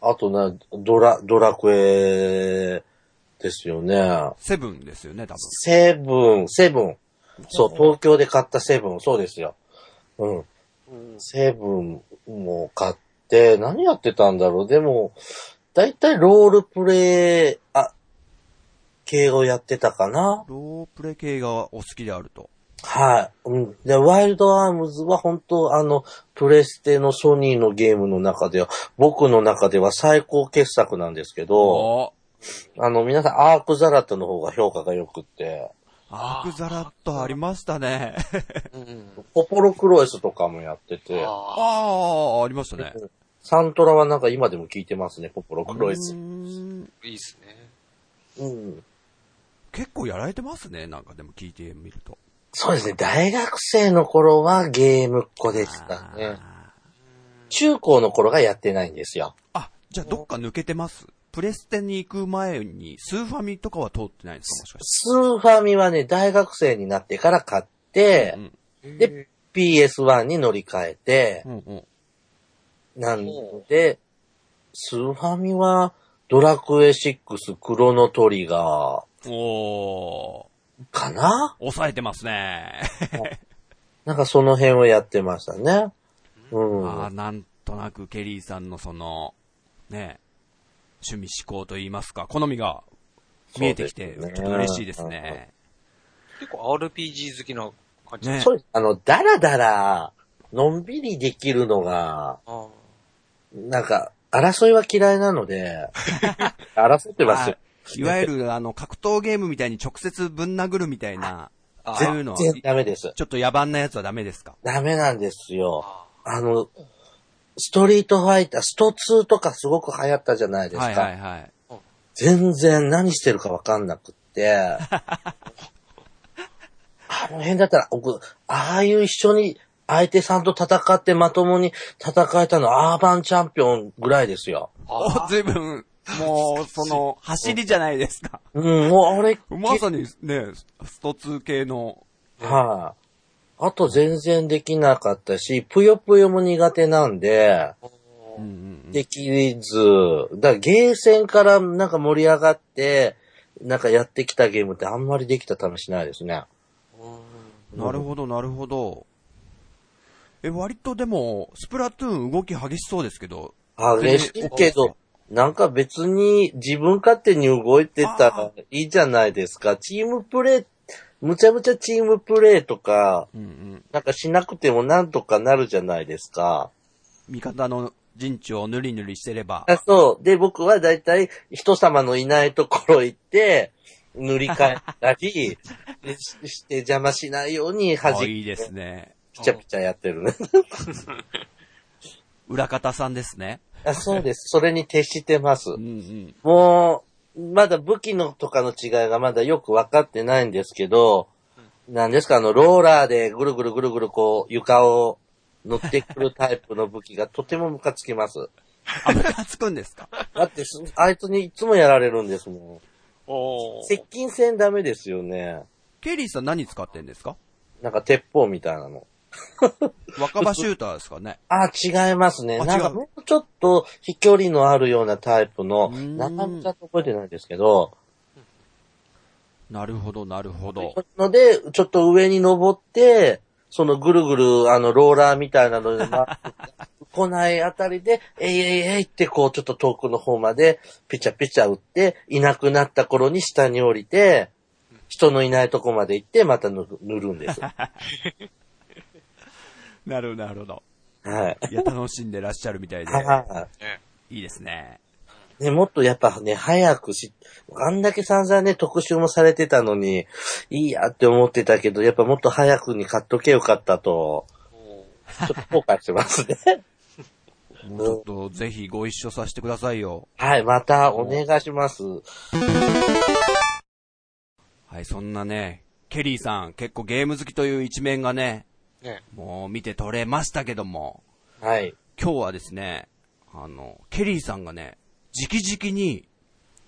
[SPEAKER 3] あとね、ドラ、ドラクエですよね
[SPEAKER 2] い。。セブンですよね、多分。
[SPEAKER 3] セブン、セブン。そう、東京で買ったセブン、そうですよ。うん。セブンも買って、何やってたんだろう。でも、だいたいロールプレイ、あ、系をやってたかな。
[SPEAKER 2] ロープレ系がお好きであると。
[SPEAKER 3] はい。うん。で、ワイルドアームズは本当あの、プレステのソニーのゲームの中では、僕の中では最高傑作なんですけど、
[SPEAKER 2] お
[SPEAKER 3] あの、皆さん、アークザラットの方が評価が良くって、
[SPEAKER 2] アークザラッとありましたね。
[SPEAKER 1] うん。
[SPEAKER 3] ポポロクロエスとかもやってて、
[SPEAKER 1] あ
[SPEAKER 2] ああ、ありましたね。
[SPEAKER 3] サントラはなんか今でも聞いてますね、ポポロクロエ
[SPEAKER 2] う
[SPEAKER 3] ス。
[SPEAKER 2] ーん
[SPEAKER 1] あ、いいですね。
[SPEAKER 3] うん。
[SPEAKER 2] 結構やられてますね、なんかでも聞いてみると。
[SPEAKER 3] そうですね、大学生の頃はゲームっ子でしたね。
[SPEAKER 2] あー
[SPEAKER 3] 中高の頃がやってないんですよ。
[SPEAKER 2] あ、じゃあどっか抜けてますプレステに行く前に、スーファミとかは通ってないんですかもしかし
[SPEAKER 3] スーファミはね、大学生になってから買って
[SPEAKER 2] て。う、ん。
[SPEAKER 3] で、PS1 に乗り換えて
[SPEAKER 2] う、んうん。
[SPEAKER 3] なんで、スーファミは、ドラクエ6、クロノトリガ
[SPEAKER 2] おー、
[SPEAKER 3] ー、かな
[SPEAKER 2] 抑えてますね。
[SPEAKER 3] なんかその辺をやってましたね。うん。
[SPEAKER 2] ああ、なんとなくケリーさんのその、ね、趣味思考といいますか、好みが見えてきて、ち
[SPEAKER 3] そう
[SPEAKER 2] ょ
[SPEAKER 3] で
[SPEAKER 2] っ
[SPEAKER 3] すね
[SPEAKER 2] と嬉しいですね。
[SPEAKER 1] 結構 RPG 好きな感じ。
[SPEAKER 2] ね
[SPEAKER 3] そうです。あの、だらだら、のんびりできるのが、
[SPEAKER 1] あー
[SPEAKER 3] なんか、争いは嫌いな ので、争ってますよ。
[SPEAKER 2] いわゆる、あの、格闘ゲームみたいに直接ぶん殴るみたいな、ああいう
[SPEAKER 3] 全
[SPEAKER 2] の、
[SPEAKER 3] 然
[SPEAKER 2] い
[SPEAKER 3] ダメです。
[SPEAKER 2] ちょっと野蛮なやつはダメですか
[SPEAKER 3] ダメなんですよ。
[SPEAKER 1] あ
[SPEAKER 3] あの、ストリートファイター、スト2とかすごく流行ったじゃないですか。
[SPEAKER 2] はいはいはい。
[SPEAKER 3] 全然何してるかわかんな くって。あの辺だったら、僕、ああいう一緒に相手さんと戦ってまともに戦えたのアーバンチャンピオンぐらいですよ。
[SPEAKER 1] あ
[SPEAKER 2] お、
[SPEAKER 1] ー。
[SPEAKER 2] ずいぶん、もう、その、 走りじゃないですか。
[SPEAKER 3] うん、もうあれ、
[SPEAKER 2] まさにね、スト2系の、
[SPEAKER 3] はい、あ。と全然できなかったし、ぷよぷよも苦手なんで、
[SPEAKER 2] うんうんうん
[SPEAKER 3] できず、だからゲーセンからなんか盛り上がって、なんかやってきたゲームってあんまりできた試しないですね。
[SPEAKER 2] なるほど、なるほど。え、割とでも、スプラトゥーン動き激しそうですけど、
[SPEAKER 3] 激しいけど、なんか別に自分勝手に動いてたらいいじゃないですか。チームプレイ、むちゃむちゃチームプレイとか、
[SPEAKER 2] うんうん、
[SPEAKER 3] なんかしなくてもなんとかなるじゃないですか。
[SPEAKER 2] 味方の陣地をぬりぬりしてれば、
[SPEAKER 3] あそう。で、僕はだいたい人様のいないところ行って、塗り替えたり、 でしして邪魔しないように弾
[SPEAKER 2] あ
[SPEAKER 3] き
[SPEAKER 2] いいですね。
[SPEAKER 3] ピチャピチャやってる ね。
[SPEAKER 2] 裏方さんですね。
[SPEAKER 3] あそうです。それに徹してます
[SPEAKER 2] うん。うん。
[SPEAKER 3] もう、まだ武器のとかの違いがまだよく分かってないんですけど、なんですか、あの、ローラーでぐるぐるぐるぐるこう、床を乗ってくるタイプの武器がとてもムカつきます。
[SPEAKER 2] あ、ムカつくんですか
[SPEAKER 3] だってす、あいつにいつもやられるんですも
[SPEAKER 1] お
[SPEAKER 3] ん。
[SPEAKER 1] ー
[SPEAKER 3] 接近戦ダメですよね。
[SPEAKER 2] ケリーさん何使ってんですか
[SPEAKER 3] なんか鉄砲みたいなの。
[SPEAKER 2] 若葉シューターですかね。
[SPEAKER 3] あ、違いますね。
[SPEAKER 2] あ
[SPEAKER 3] なんか
[SPEAKER 2] 違う
[SPEAKER 3] もうちょっと飛距離のあるようなタイプの、
[SPEAKER 2] うーん
[SPEAKER 3] 中身ちゃんと覚えてないんですけど、
[SPEAKER 2] なるほど、なるほど。
[SPEAKER 3] ので、ちょっと上に登って、そのぐるぐる、あの、ローラーみたいなので、まあ、来ないあたりで、えいえいえいって、こう、ちょっと遠くの方まで、ピチャピチャ打って、いなくなった頃に下に降りて、人のいないとこまで行って、また塗る塗るんです。
[SPEAKER 2] なるほど、なるほど。
[SPEAKER 3] はい。
[SPEAKER 2] いや、楽しんでらっしゃるみたいで、
[SPEAKER 3] はい
[SPEAKER 1] ね
[SPEAKER 2] いいですね。
[SPEAKER 3] ね、もっとやっぱね、早くし、あんだけ散々ね、特集もされてたのに、いいやって思ってたけど、やっぱもっと早くに買っとけよかったと、ちょっと後悔してますね。
[SPEAKER 2] もうちょっとぜひご一緒させてくださいよ。
[SPEAKER 3] はい、またお願いします。
[SPEAKER 2] はい、そんなね、ケリーさん、結構ゲーム好きという一面がね、
[SPEAKER 1] ね。
[SPEAKER 2] もう見て取れましたけども、
[SPEAKER 3] はい。
[SPEAKER 2] 今日はですね、あの、ケリーさんがね、直々に、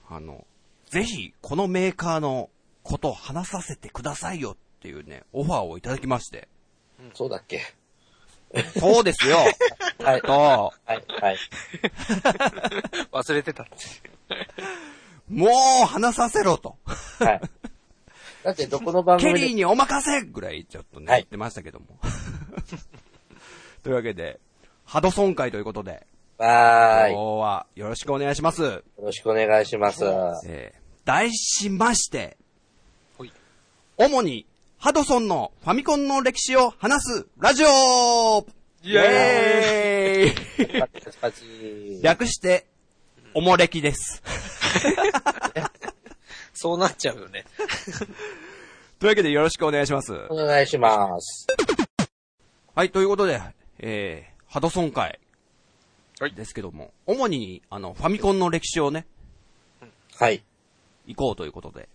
[SPEAKER 2] あの、ぜひ、このメーカーのことを話させてくださいよっていうね、オファーをいただきまして。
[SPEAKER 3] そうだっけ
[SPEAKER 2] そうですよ
[SPEAKER 3] はい。
[SPEAKER 2] と、
[SPEAKER 3] はい、はい。
[SPEAKER 1] 忘れてた。
[SPEAKER 2] もう話させろと。
[SPEAKER 3] はい。だってどこの番
[SPEAKER 2] ケ
[SPEAKER 3] 組
[SPEAKER 2] リー
[SPEAKER 3] で、
[SPEAKER 2] にお任せぐらいちょっとね、
[SPEAKER 3] はい
[SPEAKER 2] 言ってましたけども。 というわけで、ハドソン会ということで、
[SPEAKER 3] はーい。よ
[SPEAKER 2] 今日はよろしくお願いします。
[SPEAKER 3] ろしくお願いします。は
[SPEAKER 2] えー題しまして
[SPEAKER 1] はい、
[SPEAKER 2] 主にハドソンのファミコンの歴史を話すラジオ
[SPEAKER 1] イエ
[SPEAKER 2] エーイ
[SPEAKER 3] パチパチパチ。
[SPEAKER 2] 略して、おもれきです。
[SPEAKER 1] ーイそうなっちゃうよね。
[SPEAKER 2] というわけでよろしくお願いします。
[SPEAKER 3] お願いします。
[SPEAKER 2] はい、ということで、えー、ハドソン会。
[SPEAKER 1] はい
[SPEAKER 2] ですけども、主に、あの、ファミコンの歴史をね、
[SPEAKER 3] はい。
[SPEAKER 2] 行こうということで。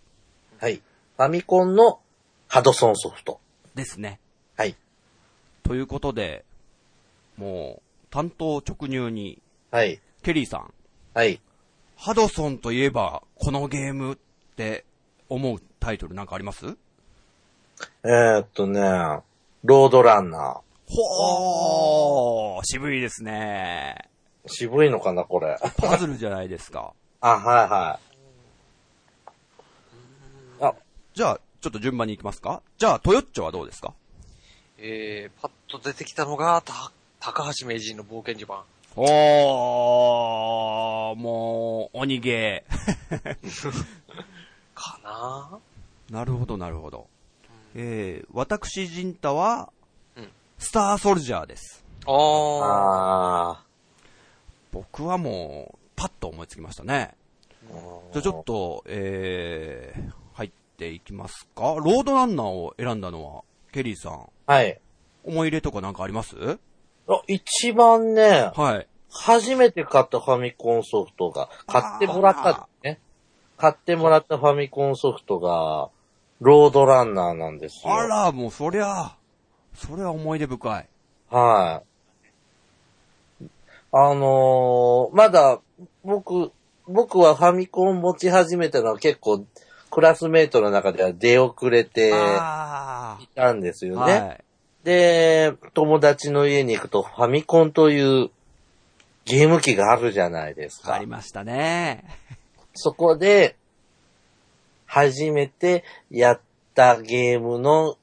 [SPEAKER 3] はい。ファミコンのハドソンソフト。
[SPEAKER 2] ですね。
[SPEAKER 3] はい。
[SPEAKER 2] ということで、もう、担当直入に、
[SPEAKER 3] はい。
[SPEAKER 2] ケリーさん、
[SPEAKER 3] はい。
[SPEAKER 2] ハドソンといえば、このゲームって思うタイトルなんかあります
[SPEAKER 3] えー、っとね、ロードランナ
[SPEAKER 2] ほー渋いですね。
[SPEAKER 3] ー。渋いのかな、これ。
[SPEAKER 2] パズルじゃないですか。
[SPEAKER 3] あ、はいはい。あ、
[SPEAKER 2] じゃあ、ちょっと順番に行きますかじゃあ、トヨッチョはどうですか
[SPEAKER 1] えー、パッと出てきたのが、た、高橋名人の冒険序盤。
[SPEAKER 2] おー、もう、鬼ゲー。
[SPEAKER 1] かな
[SPEAKER 2] なるほど、なるほど。えー、私、ジンタは、
[SPEAKER 1] うん
[SPEAKER 2] スターソルジャーです。
[SPEAKER 1] ぁあー。
[SPEAKER 3] あ
[SPEAKER 2] 僕はもう、パッと思いつきましたね。
[SPEAKER 3] ー。
[SPEAKER 2] じゃあちょっと、えー、入っていきますか。ロードランナーを選んだのは、ケリーさん、
[SPEAKER 3] はい。
[SPEAKER 2] 思い入れとかなんかあります
[SPEAKER 3] あ一番ね、
[SPEAKER 2] はい。
[SPEAKER 3] 初めて買ったファミコンソフトが、買ってもらったね。買ってもらったファミコンソフトが、ロードランナーなんですよ。
[SPEAKER 2] あら、もうそりゃ、それは思い出深い。
[SPEAKER 3] はい。あのーまだ、僕、僕はファミコン持ち始めたのは結構、クラスメイトの中では出遅れて
[SPEAKER 2] あ
[SPEAKER 3] いたんです
[SPEAKER 2] ー
[SPEAKER 3] よね。
[SPEAKER 2] はい。
[SPEAKER 3] で、友達の家に行くとファミコンというゲーム機があるじゃないです
[SPEAKER 2] あ
[SPEAKER 3] か
[SPEAKER 2] り。ましたね。
[SPEAKER 3] そこで、初めてやったゲームの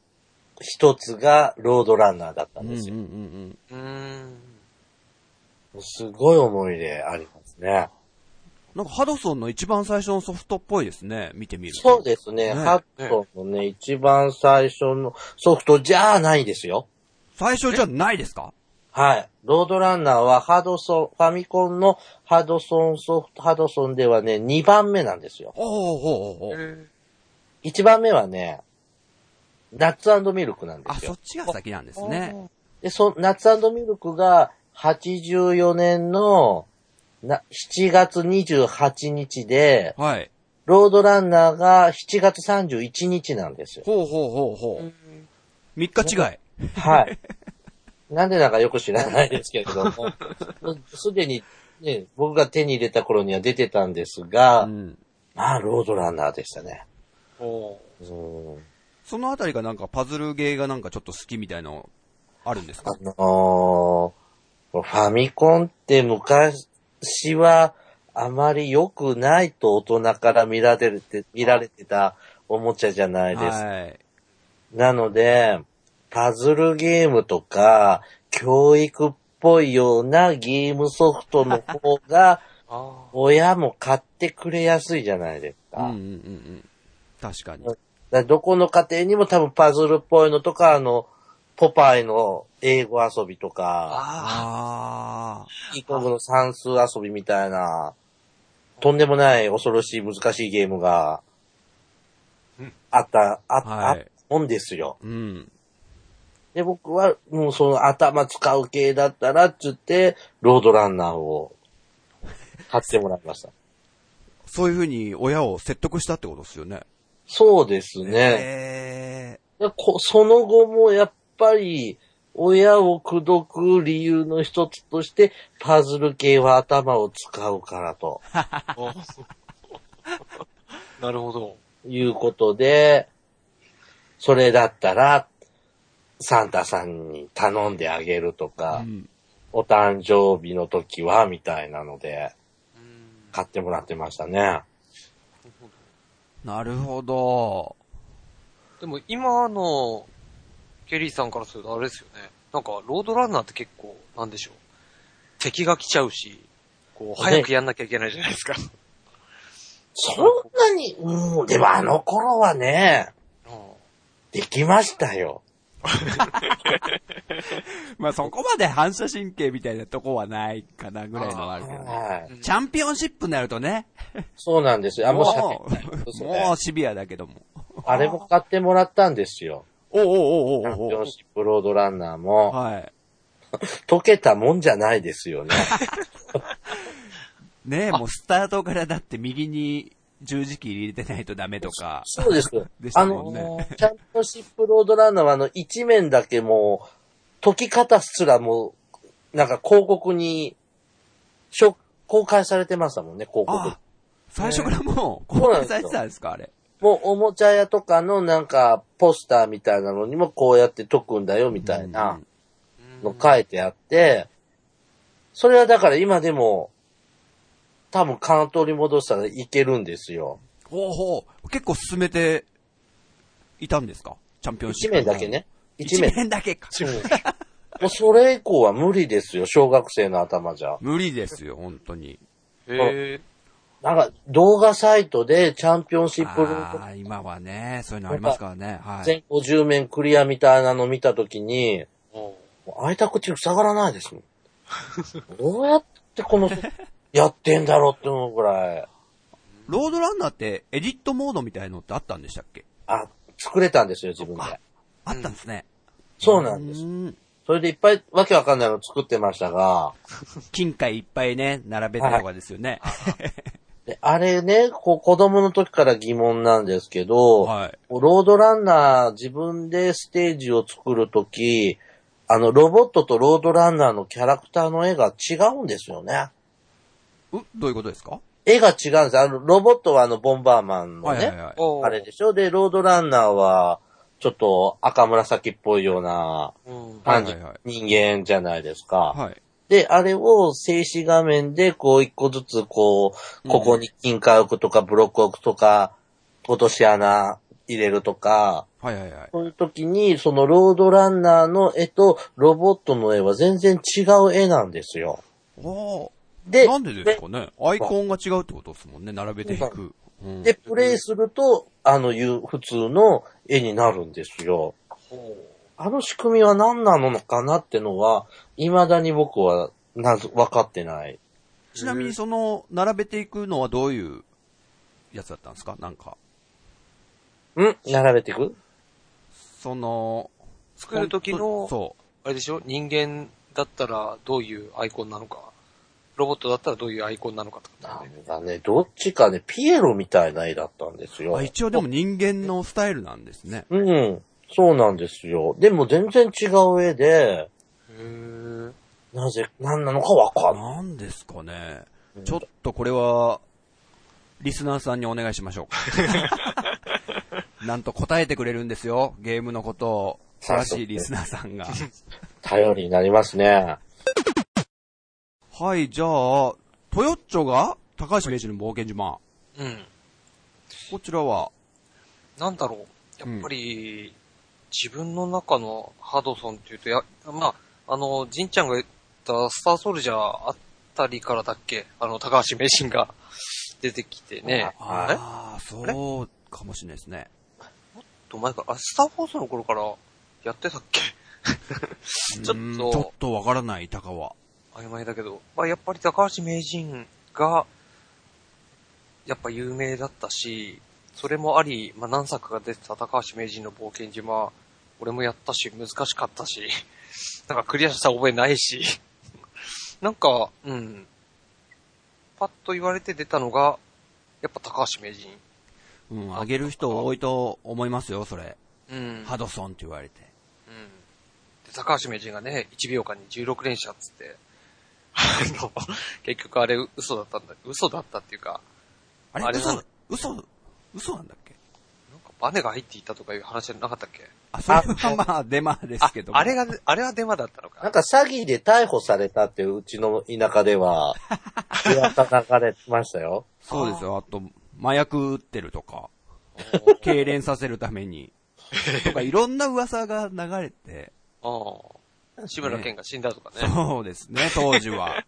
[SPEAKER 3] 一つがロードランナーだった
[SPEAKER 2] うんんう
[SPEAKER 3] で
[SPEAKER 2] ん
[SPEAKER 3] す
[SPEAKER 2] う
[SPEAKER 3] よ。
[SPEAKER 2] ん
[SPEAKER 1] うーん。
[SPEAKER 3] すごい思い出ありますね。
[SPEAKER 2] うん。なんかハドソンの一番最初のソフトっぽいですね。見てみると。
[SPEAKER 3] そうですね。
[SPEAKER 2] ね
[SPEAKER 3] ハットンのね、一番最初のソフトじゃないですよ。
[SPEAKER 2] 最初じゃないですか
[SPEAKER 3] はい。ロードランナーはハドソン、ファミコンのハドソンソフト、ハドソンではね、2番目なんですよ。
[SPEAKER 2] おーおーお
[SPEAKER 1] え
[SPEAKER 2] ーおー
[SPEAKER 1] ー、
[SPEAKER 3] 1番目はね、ナッツミルクなんで
[SPEAKER 2] あ、
[SPEAKER 3] す
[SPEAKER 2] そ
[SPEAKER 3] よ
[SPEAKER 2] っ。ちが先なんですね。
[SPEAKER 3] で、そ、ナッツミルクが84年のな7月28日で、
[SPEAKER 2] はい。
[SPEAKER 3] ロードランナーが7月31日なんです よ。
[SPEAKER 2] ほうほうほうほう。三日違い。
[SPEAKER 3] はい。なんでなんかよく知らないですけれど も、すでに、ね、僕が手に入れた頃には出てたんですが、
[SPEAKER 2] うん。
[SPEAKER 3] まあ、ロードランナーでしたね。
[SPEAKER 1] おー
[SPEAKER 3] うん
[SPEAKER 2] そのあたりがなんかパズルゲーがなんかちょっと好きみたいのあるんです
[SPEAKER 3] あ
[SPEAKER 2] か
[SPEAKER 3] のーファミコンって昔はあまり良くないと大人から見られて、見られてたおもちゃじゃないですか
[SPEAKER 2] はい。
[SPEAKER 3] なので、パズルゲームとか、教育っぽいようなゲームソフトの方 が、
[SPEAKER 1] あ
[SPEAKER 3] 親も買ってくれやすいじゃないです
[SPEAKER 2] うん
[SPEAKER 3] か。
[SPEAKER 2] うんうんうん。確かに。
[SPEAKER 3] だからどこの家庭にも多分パズルっぽいのとか、あの、ポパイの英語遊びとか、
[SPEAKER 1] あ
[SPEAKER 2] あ
[SPEAKER 3] キングコングの算数遊びみたいな、とんでもない恐ろしい難しいゲームが
[SPEAKER 1] うん、
[SPEAKER 3] あった、あ,、あ
[SPEAKER 2] は
[SPEAKER 3] っ
[SPEAKER 2] い
[SPEAKER 3] たもんですよ。
[SPEAKER 2] うん。
[SPEAKER 3] で、僕は、もうその頭使う系だったら、つって、ロードランナーを、買ってもらいました。
[SPEAKER 2] そういうふうに親を説得したってことですよね。
[SPEAKER 3] そうですね。
[SPEAKER 2] え
[SPEAKER 3] でこその後もやっぱり、親を口説く理由の一つとして、パズル系は頭を使うからと。
[SPEAKER 1] あそう。なるほど。
[SPEAKER 3] いうことで、それだったら、サンタさんに頼んであげると
[SPEAKER 2] ー
[SPEAKER 3] か、
[SPEAKER 2] うん
[SPEAKER 3] お誕生日の時は、みたいなので、
[SPEAKER 1] うん
[SPEAKER 3] 買ってもらってましたね。
[SPEAKER 2] なるほど。
[SPEAKER 1] でも今のケリーさんからするとあれですよね。なんか、ロードランナーって結構、なんでしょう。敵が来ちゃうし、こう、
[SPEAKER 3] ね
[SPEAKER 1] 早くやんなきゃいけないじゃないですか。
[SPEAKER 3] そんなに、うん、でもあの頃はね、できましたよ。
[SPEAKER 2] まあそこまで反射神経みたいなとこはないかなぐらいのはあるけどね。
[SPEAKER 3] はい。
[SPEAKER 2] チャンピオンシップになるとね、
[SPEAKER 3] そうなんですよ。あ、もう
[SPEAKER 2] も、
[SPEAKER 3] 喋んないう嘘ね
[SPEAKER 2] もうシビアだけども。
[SPEAKER 3] あれも買ってもらったんですよ。
[SPEAKER 2] おうおうおう
[SPEAKER 3] チャン
[SPEAKER 2] お
[SPEAKER 3] ピ
[SPEAKER 2] う
[SPEAKER 3] オ
[SPEAKER 2] お
[SPEAKER 3] ンシップロードランナー
[SPEAKER 2] う。
[SPEAKER 3] も、
[SPEAKER 2] はい。
[SPEAKER 3] 溶けたもんじゃないですよね。
[SPEAKER 2] ねえ、もうスタートからだって右に十字キー入れてないとダメとか。
[SPEAKER 3] そうです。
[SPEAKER 2] でした
[SPEAKER 3] あ
[SPEAKER 2] もんね
[SPEAKER 3] の、チャンピオンシップロードランナーはあの、一面だけもう、解き方すらもう、なんか広告に、しょ公開されてましたもんね、広告
[SPEAKER 2] あ。、最初からもう、
[SPEAKER 3] そ
[SPEAKER 2] 公
[SPEAKER 3] うな
[SPEAKER 2] 開
[SPEAKER 3] んです
[SPEAKER 2] さ
[SPEAKER 3] よ
[SPEAKER 2] れてたんですか、あれ。
[SPEAKER 3] もうおもちゃ屋とかのなんか、ポスターみたいなのにもこうやって解くんだよ、みたいなの書いてあって、それはだから今でも、多分カウントに戻したらいけるんですよ。
[SPEAKER 2] ほうほう。結構進めていたんですかチャンピオンシ
[SPEAKER 3] 一
[SPEAKER 2] ップの。
[SPEAKER 3] 面だけね。一
[SPEAKER 2] 一
[SPEAKER 3] 面
[SPEAKER 2] 面。だけか。
[SPEAKER 3] もうそれ以降は無理ですよ、小学生の頭じゃ。
[SPEAKER 2] 無理ですよ、本当に。
[SPEAKER 1] うん。へえ。
[SPEAKER 3] なんか、動画サイトでチャンピオンシップルー
[SPEAKER 2] ああ、今はね、そういうのありますからね。はい。
[SPEAKER 3] 全50面クリアみたいなの見たときに、
[SPEAKER 1] おう
[SPEAKER 3] もう開いた口塞がらないですもん。 どうやってこの、 やってんだろうって思うぐらい、
[SPEAKER 2] ロードランナーってエディットモードみたいのってあったんでしたっけ
[SPEAKER 3] あ、作れたんですよ、自分で。
[SPEAKER 2] あったんですね。
[SPEAKER 3] そうなんです。
[SPEAKER 2] ん。
[SPEAKER 3] それでいっぱいわけわかんないの作ってましたが、
[SPEAKER 2] 金塊いっぱいね、並べたとかですよね。
[SPEAKER 3] であれね、こう子供の時から疑問なんですけど、
[SPEAKER 2] はい。
[SPEAKER 3] ロードランナー自分でステージを作るとき、あの、ロボットとロードランナーのキャラクターの絵が違うんですよね。
[SPEAKER 2] うどういうことですか
[SPEAKER 3] 絵が違うんです。あの、ロボットはあの、ボンバーマンの
[SPEAKER 2] はいはい
[SPEAKER 3] ね、
[SPEAKER 2] はい。
[SPEAKER 1] おう
[SPEAKER 3] あれでしょ。で、ロードランナーは、ちょっと赤紫っぽいような
[SPEAKER 1] うん。
[SPEAKER 3] 感じ
[SPEAKER 2] はいはいはい、
[SPEAKER 3] 人間じゃないですか。
[SPEAKER 2] はい。
[SPEAKER 3] で、あれを静止画面で、こう、一個ずつ、こう、ここに金塊置くとか、ブロック置くとか、落とし穴入れるとか、
[SPEAKER 2] はいはいはい。
[SPEAKER 3] そういう時に、そのロードランナーの絵とロボットの絵は全然違う絵なんですよ。
[SPEAKER 2] お
[SPEAKER 3] で、
[SPEAKER 2] なんでですかねアイコンが違うってことですもんね、並べていく。うん
[SPEAKER 3] で、プレイすると、あの、いう普通の絵になるんですよ。
[SPEAKER 1] ほ
[SPEAKER 3] あの仕組みは何なのかなってのは、未だに僕は、なず、分かってない。
[SPEAKER 2] ちなみにその、並べていくのはどういうやつだったんですかなんか、
[SPEAKER 3] ん並べていく
[SPEAKER 2] その、
[SPEAKER 1] 作る時の
[SPEAKER 2] そ
[SPEAKER 1] あれでしょ人間だったらどういうアイコンなのか、ロボットだったらどういうアイコンなのかとか
[SPEAKER 3] な
[SPEAKER 1] ね。
[SPEAKER 3] んかね、どっちかね、ピエロみたいな絵だったんです
[SPEAKER 2] う。
[SPEAKER 3] よ
[SPEAKER 2] あ、。一応でも人間のスタイルなんですね。
[SPEAKER 3] うん。そうなんですよ。でも全然違う絵で、
[SPEAKER 1] へえ。
[SPEAKER 3] なぜ、何なのか分かんない。
[SPEAKER 2] なんですかね。ちょっとこれは、リスナーさんにお願いしましょ う。なんと答えてくれるんですよ。ゲームのことを。素晴らしいリスナーさんが。
[SPEAKER 3] 頼りになりますね。
[SPEAKER 2] はい、じゃあ、トヨッチョが高橋明治の冒険島。
[SPEAKER 1] うん。
[SPEAKER 2] こちらは、
[SPEAKER 1] なんだろう。やっぱり、自分の中のハドソンっていうと、や、まあ、あの、じんちゃんが言ったスターソルジャーあたりからだっけあの、高橋名人が 出てきてね。あれ
[SPEAKER 2] ああ、そうかもしれないですね。
[SPEAKER 1] と前から、あ、スターフォースの頃からやってたっけちょ
[SPEAKER 2] う
[SPEAKER 1] っ
[SPEAKER 2] ん
[SPEAKER 1] と
[SPEAKER 2] ちょっとわからない、高は。
[SPEAKER 1] 曖昧だけど、まあ、やっぱり高橋名人が、やっぱ有名だったし、それもあり、まあ、何作か出てた高橋名人の冒険島、俺もやったし、難しかったし、 なんかクリアした覚えないし、 なんか、うん。パッと言われて出たのが、やっぱ高橋名人。
[SPEAKER 2] うん、あげる人多いと思いますよ、それ。
[SPEAKER 1] うん。
[SPEAKER 2] ハドソンって言われて。
[SPEAKER 1] うん。で、高橋名人がね、1秒間に16連射っつって、 あの、結局あれ嘘だったんだ、嘘だったっていうか、
[SPEAKER 2] あれ
[SPEAKER 1] あれ
[SPEAKER 2] 嘘
[SPEAKER 1] な
[SPEAKER 2] な、嘘、嘘なんだっけ
[SPEAKER 1] なんかバネが入っていたとかいう話じゃなかったっけ
[SPEAKER 2] あ、それはまあ、デマですけども
[SPEAKER 1] ああれが、あれはデマだったの
[SPEAKER 3] なん
[SPEAKER 1] か。
[SPEAKER 3] か詐欺で逮捕されたってうちの田舎では、噂流れましたよ。
[SPEAKER 2] そうですよ。あと、麻薬売ってるとか、
[SPEAKER 1] おー
[SPEAKER 2] 痙攣させるため に、とかいろんな噂が流れて、
[SPEAKER 1] うん。志村けんが死んだとかね。
[SPEAKER 2] そうですね、当時は。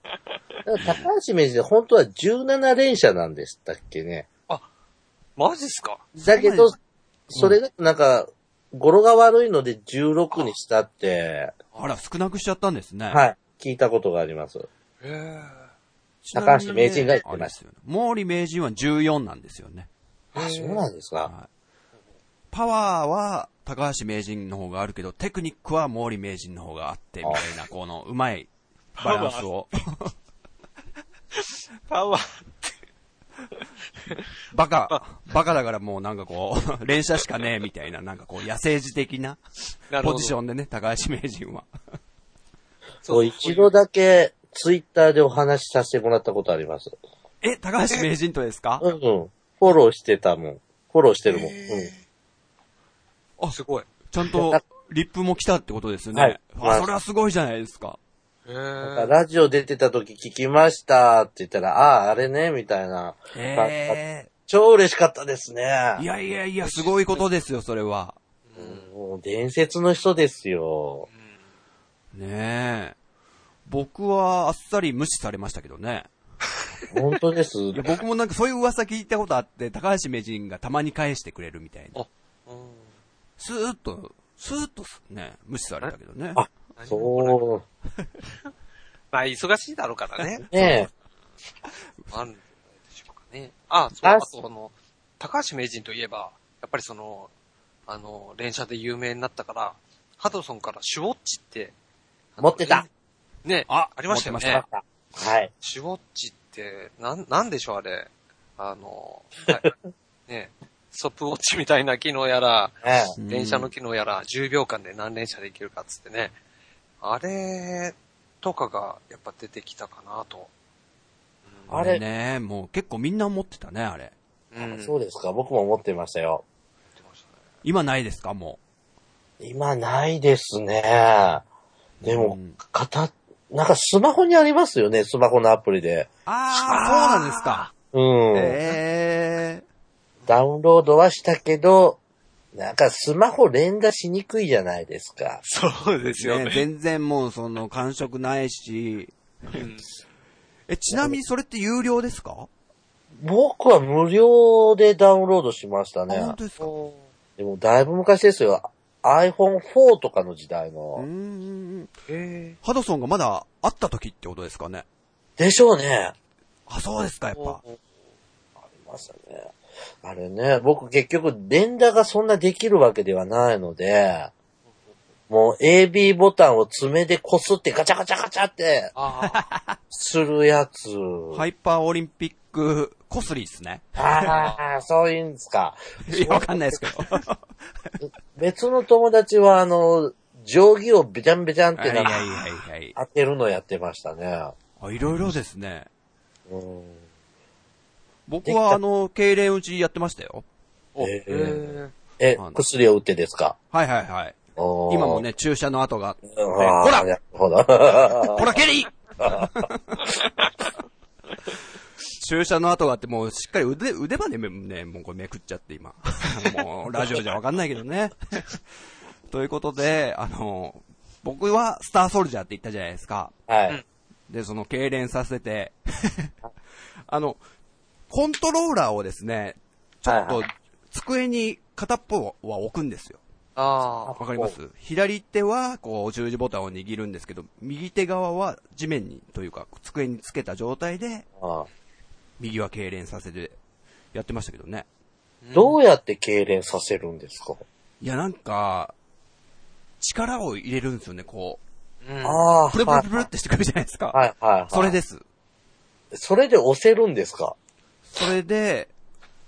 [SPEAKER 3] だから高橋明治で本当は17連射なんでしたっけね。
[SPEAKER 1] マジっすか
[SPEAKER 3] だけど
[SPEAKER 2] そ、
[SPEAKER 3] それがなんか、語呂が悪いので16にしたって、
[SPEAKER 2] あら、少なくしちゃったんですね。
[SPEAKER 3] はい、聞いたことがあります。
[SPEAKER 1] へー
[SPEAKER 2] ちなみにね。
[SPEAKER 3] 高橋名人が言っ
[SPEAKER 2] あ
[SPEAKER 3] てました
[SPEAKER 2] れですよね毛利名人は14なんですよね。
[SPEAKER 3] あ、そうなんですか。
[SPEAKER 2] パワーは高橋名人の方があるけど、テクニックは毛利名人の方があって、みたいな、この、うまいバランスを。
[SPEAKER 1] パワー。
[SPEAKER 2] バカ、バカだからもうなんかこう、 連射しかねえみたいな、なんかこう、野生児的な
[SPEAKER 1] なるほど
[SPEAKER 2] ポジションでね、高橋名人は。
[SPEAKER 3] そう、一度だけ、ツイッターでお話しさせてもらったことあります。
[SPEAKER 2] え、高橋名人とですか
[SPEAKER 3] うんうん。フォローしてたもん。フォローしてるもん。うん。
[SPEAKER 1] あ、すごい。
[SPEAKER 2] ちゃんと、リップも来たってことですよね。
[SPEAKER 3] はい
[SPEAKER 2] あ、それはすごいじゃないですか。
[SPEAKER 1] へ
[SPEAKER 3] なんか
[SPEAKER 1] ー
[SPEAKER 3] ラジオ出てた時聞きましたって言ったら、ああ、あれね、みたいな。
[SPEAKER 2] え
[SPEAKER 3] 超嬉しかったですね。
[SPEAKER 2] えいやいやいや、すごいことですよ、それは。
[SPEAKER 3] うんもう伝説の人ですよ。
[SPEAKER 2] ねえ。僕はあっさり無視されましたけどね。
[SPEAKER 3] 本当 です。
[SPEAKER 2] いや、僕もなんかそういう噂聞いたことあって、高橋名人がたまに返してくれるみたいな。
[SPEAKER 1] うん
[SPEAKER 2] スーッと、スーッとね、無視されたけどね。
[SPEAKER 3] あそ
[SPEAKER 1] まあ、忙しいだろうからね。
[SPEAKER 3] う。ね
[SPEAKER 1] あるんじゃないでしょうかね。あ、そう、
[SPEAKER 3] あ
[SPEAKER 1] あとあの、高橋名人といえば、やっぱりその、あの、連射で有名になったから、ハドソンからシュウォッチって、あの
[SPEAKER 3] 持ってた。
[SPEAKER 1] ね、あ、ありましたよ
[SPEAKER 2] 持って
[SPEAKER 1] ね
[SPEAKER 2] ま。
[SPEAKER 3] え。はい。
[SPEAKER 1] シュウォッチって、なん、なんでしょう、あれ。あの、はい、ね、ストップウォッチみたいな機能やら、
[SPEAKER 3] ね
[SPEAKER 2] うん
[SPEAKER 1] 電車の機能やら、10秒間で何連射できるかっつってね。あれとかが、やっぱ出てきたかなと。
[SPEAKER 2] あれね、もう結構みんな持ってたね、あれ。
[SPEAKER 1] うん。
[SPEAKER 3] えそうですか。僕も思ってましたよ。
[SPEAKER 1] 言ってましたね
[SPEAKER 2] 今ないですか、も
[SPEAKER 3] 今ないですね。で
[SPEAKER 2] う
[SPEAKER 3] も
[SPEAKER 2] ん、
[SPEAKER 3] かた、なんかスマホにありますよね。スマホのアプリで。
[SPEAKER 2] う。ああ、そうなんですか。
[SPEAKER 3] うん。
[SPEAKER 2] ええ
[SPEAKER 3] ダウンロードはしたけど、なんかスマホ連打しにくいじゃないですか。
[SPEAKER 1] そうですよ
[SPEAKER 2] ね
[SPEAKER 1] ね。
[SPEAKER 2] 全然もうその感触ないし。え、ちなみにそれって有料ですか
[SPEAKER 3] 僕は無料でダウンロードしました
[SPEAKER 2] あ
[SPEAKER 3] ね
[SPEAKER 2] 本。当ですか
[SPEAKER 1] お
[SPEAKER 3] でもだいぶ昔ですよ。iPhone4 とかの時代
[SPEAKER 2] う
[SPEAKER 3] の。
[SPEAKER 2] んうん。
[SPEAKER 1] え
[SPEAKER 2] ハドソンがまだ会った時ってことですかね。
[SPEAKER 3] でしょうね。
[SPEAKER 2] あ、そうですか、やっぱ。
[SPEAKER 3] ましたね。あれね、僕結局連打がそんなできるわけではないので、もう AB ボタンを爪でこすってガチャガチャガチャって
[SPEAKER 1] ああ。
[SPEAKER 3] するやつ。
[SPEAKER 2] ハイパーオリンピックコスリーですね。
[SPEAKER 3] ああ、そういうんですか。
[SPEAKER 2] いや、わかんないですけ ど。
[SPEAKER 3] 別の友達は、あの、定規をべちゃんべちゃんっ
[SPEAKER 2] はい
[SPEAKER 3] て
[SPEAKER 2] は
[SPEAKER 3] ないんか
[SPEAKER 2] はいはい。
[SPEAKER 3] 当てるのやってましたね。
[SPEAKER 2] あ、いろいろですね。
[SPEAKER 3] うん。
[SPEAKER 2] 僕はあの、痙攣打ちやってましたよ。
[SPEAKER 1] お
[SPEAKER 3] え
[SPEAKER 1] え
[SPEAKER 3] え
[SPEAKER 1] ー
[SPEAKER 3] え
[SPEAKER 2] あの、
[SPEAKER 3] 薬を打ってですか
[SPEAKER 2] はいはいはい。今
[SPEAKER 3] 今
[SPEAKER 2] も。ね、注射の跡が。
[SPEAKER 3] うん
[SPEAKER 2] ほら
[SPEAKER 3] あーなるほど。
[SPEAKER 2] ほら、ケリー注射の跡があって、もうしっかり腕、腕までめね、もうこれめくっちゃって今。 もう、ラジオじゃわかんないけどね。 ということで、あの、僕はスターソルジャーって言ったじゃないですか。
[SPEAKER 3] はい。
[SPEAKER 2] で、その、痙攣させて、 あの、コントローラーをですね、ちょっ
[SPEAKER 3] は
[SPEAKER 2] と
[SPEAKER 3] いは、
[SPEAKER 2] 机に片っぽは置くんですよ。
[SPEAKER 1] ああ。
[SPEAKER 2] わかります左手は、こう、十字ボタンを握るんですけど、右手側は地面に、というか、机につけた状態で、
[SPEAKER 3] あ
[SPEAKER 2] 右は痙攣させて、やってましたけどね。
[SPEAKER 3] どうやって痙攣させるんですか、
[SPEAKER 2] いや、なんか、力を入れるんですよね、こ
[SPEAKER 1] うん
[SPEAKER 3] ああ、
[SPEAKER 2] う。プルプル
[SPEAKER 3] はい
[SPEAKER 2] プルってしてくるじゃないですか。
[SPEAKER 3] はいはいはい。
[SPEAKER 2] それ。です。
[SPEAKER 3] それで押せるんですか
[SPEAKER 2] それで、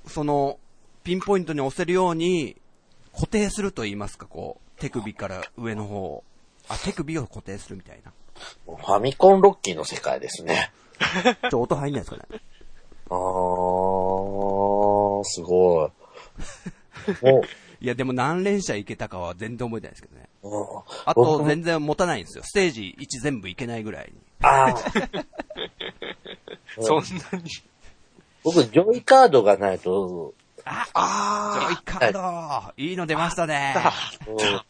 [SPEAKER 2] その、ピンポイントに押せるように、固定すると言いますか、こう、手首から上の方を。あ、手首を固定するみたいな。
[SPEAKER 3] ファミコンロッキーの世界ですね。
[SPEAKER 2] ちょ、音入んないですかね。
[SPEAKER 3] あー、す ごい。も
[SPEAKER 2] いや、でも何連射いけたかは全然覚えてないですけどね。
[SPEAKER 3] う、うん
[SPEAKER 2] あと、全然持たないんですよ。ステージ1全部いけないぐらいに。
[SPEAKER 3] あー
[SPEAKER 1] そんなに。
[SPEAKER 3] 僕、ジョイカードがな いと、
[SPEAKER 2] ジョイカードいいの出ましたね。
[SPEAKER 3] うん
[SPEAKER 1] ジョ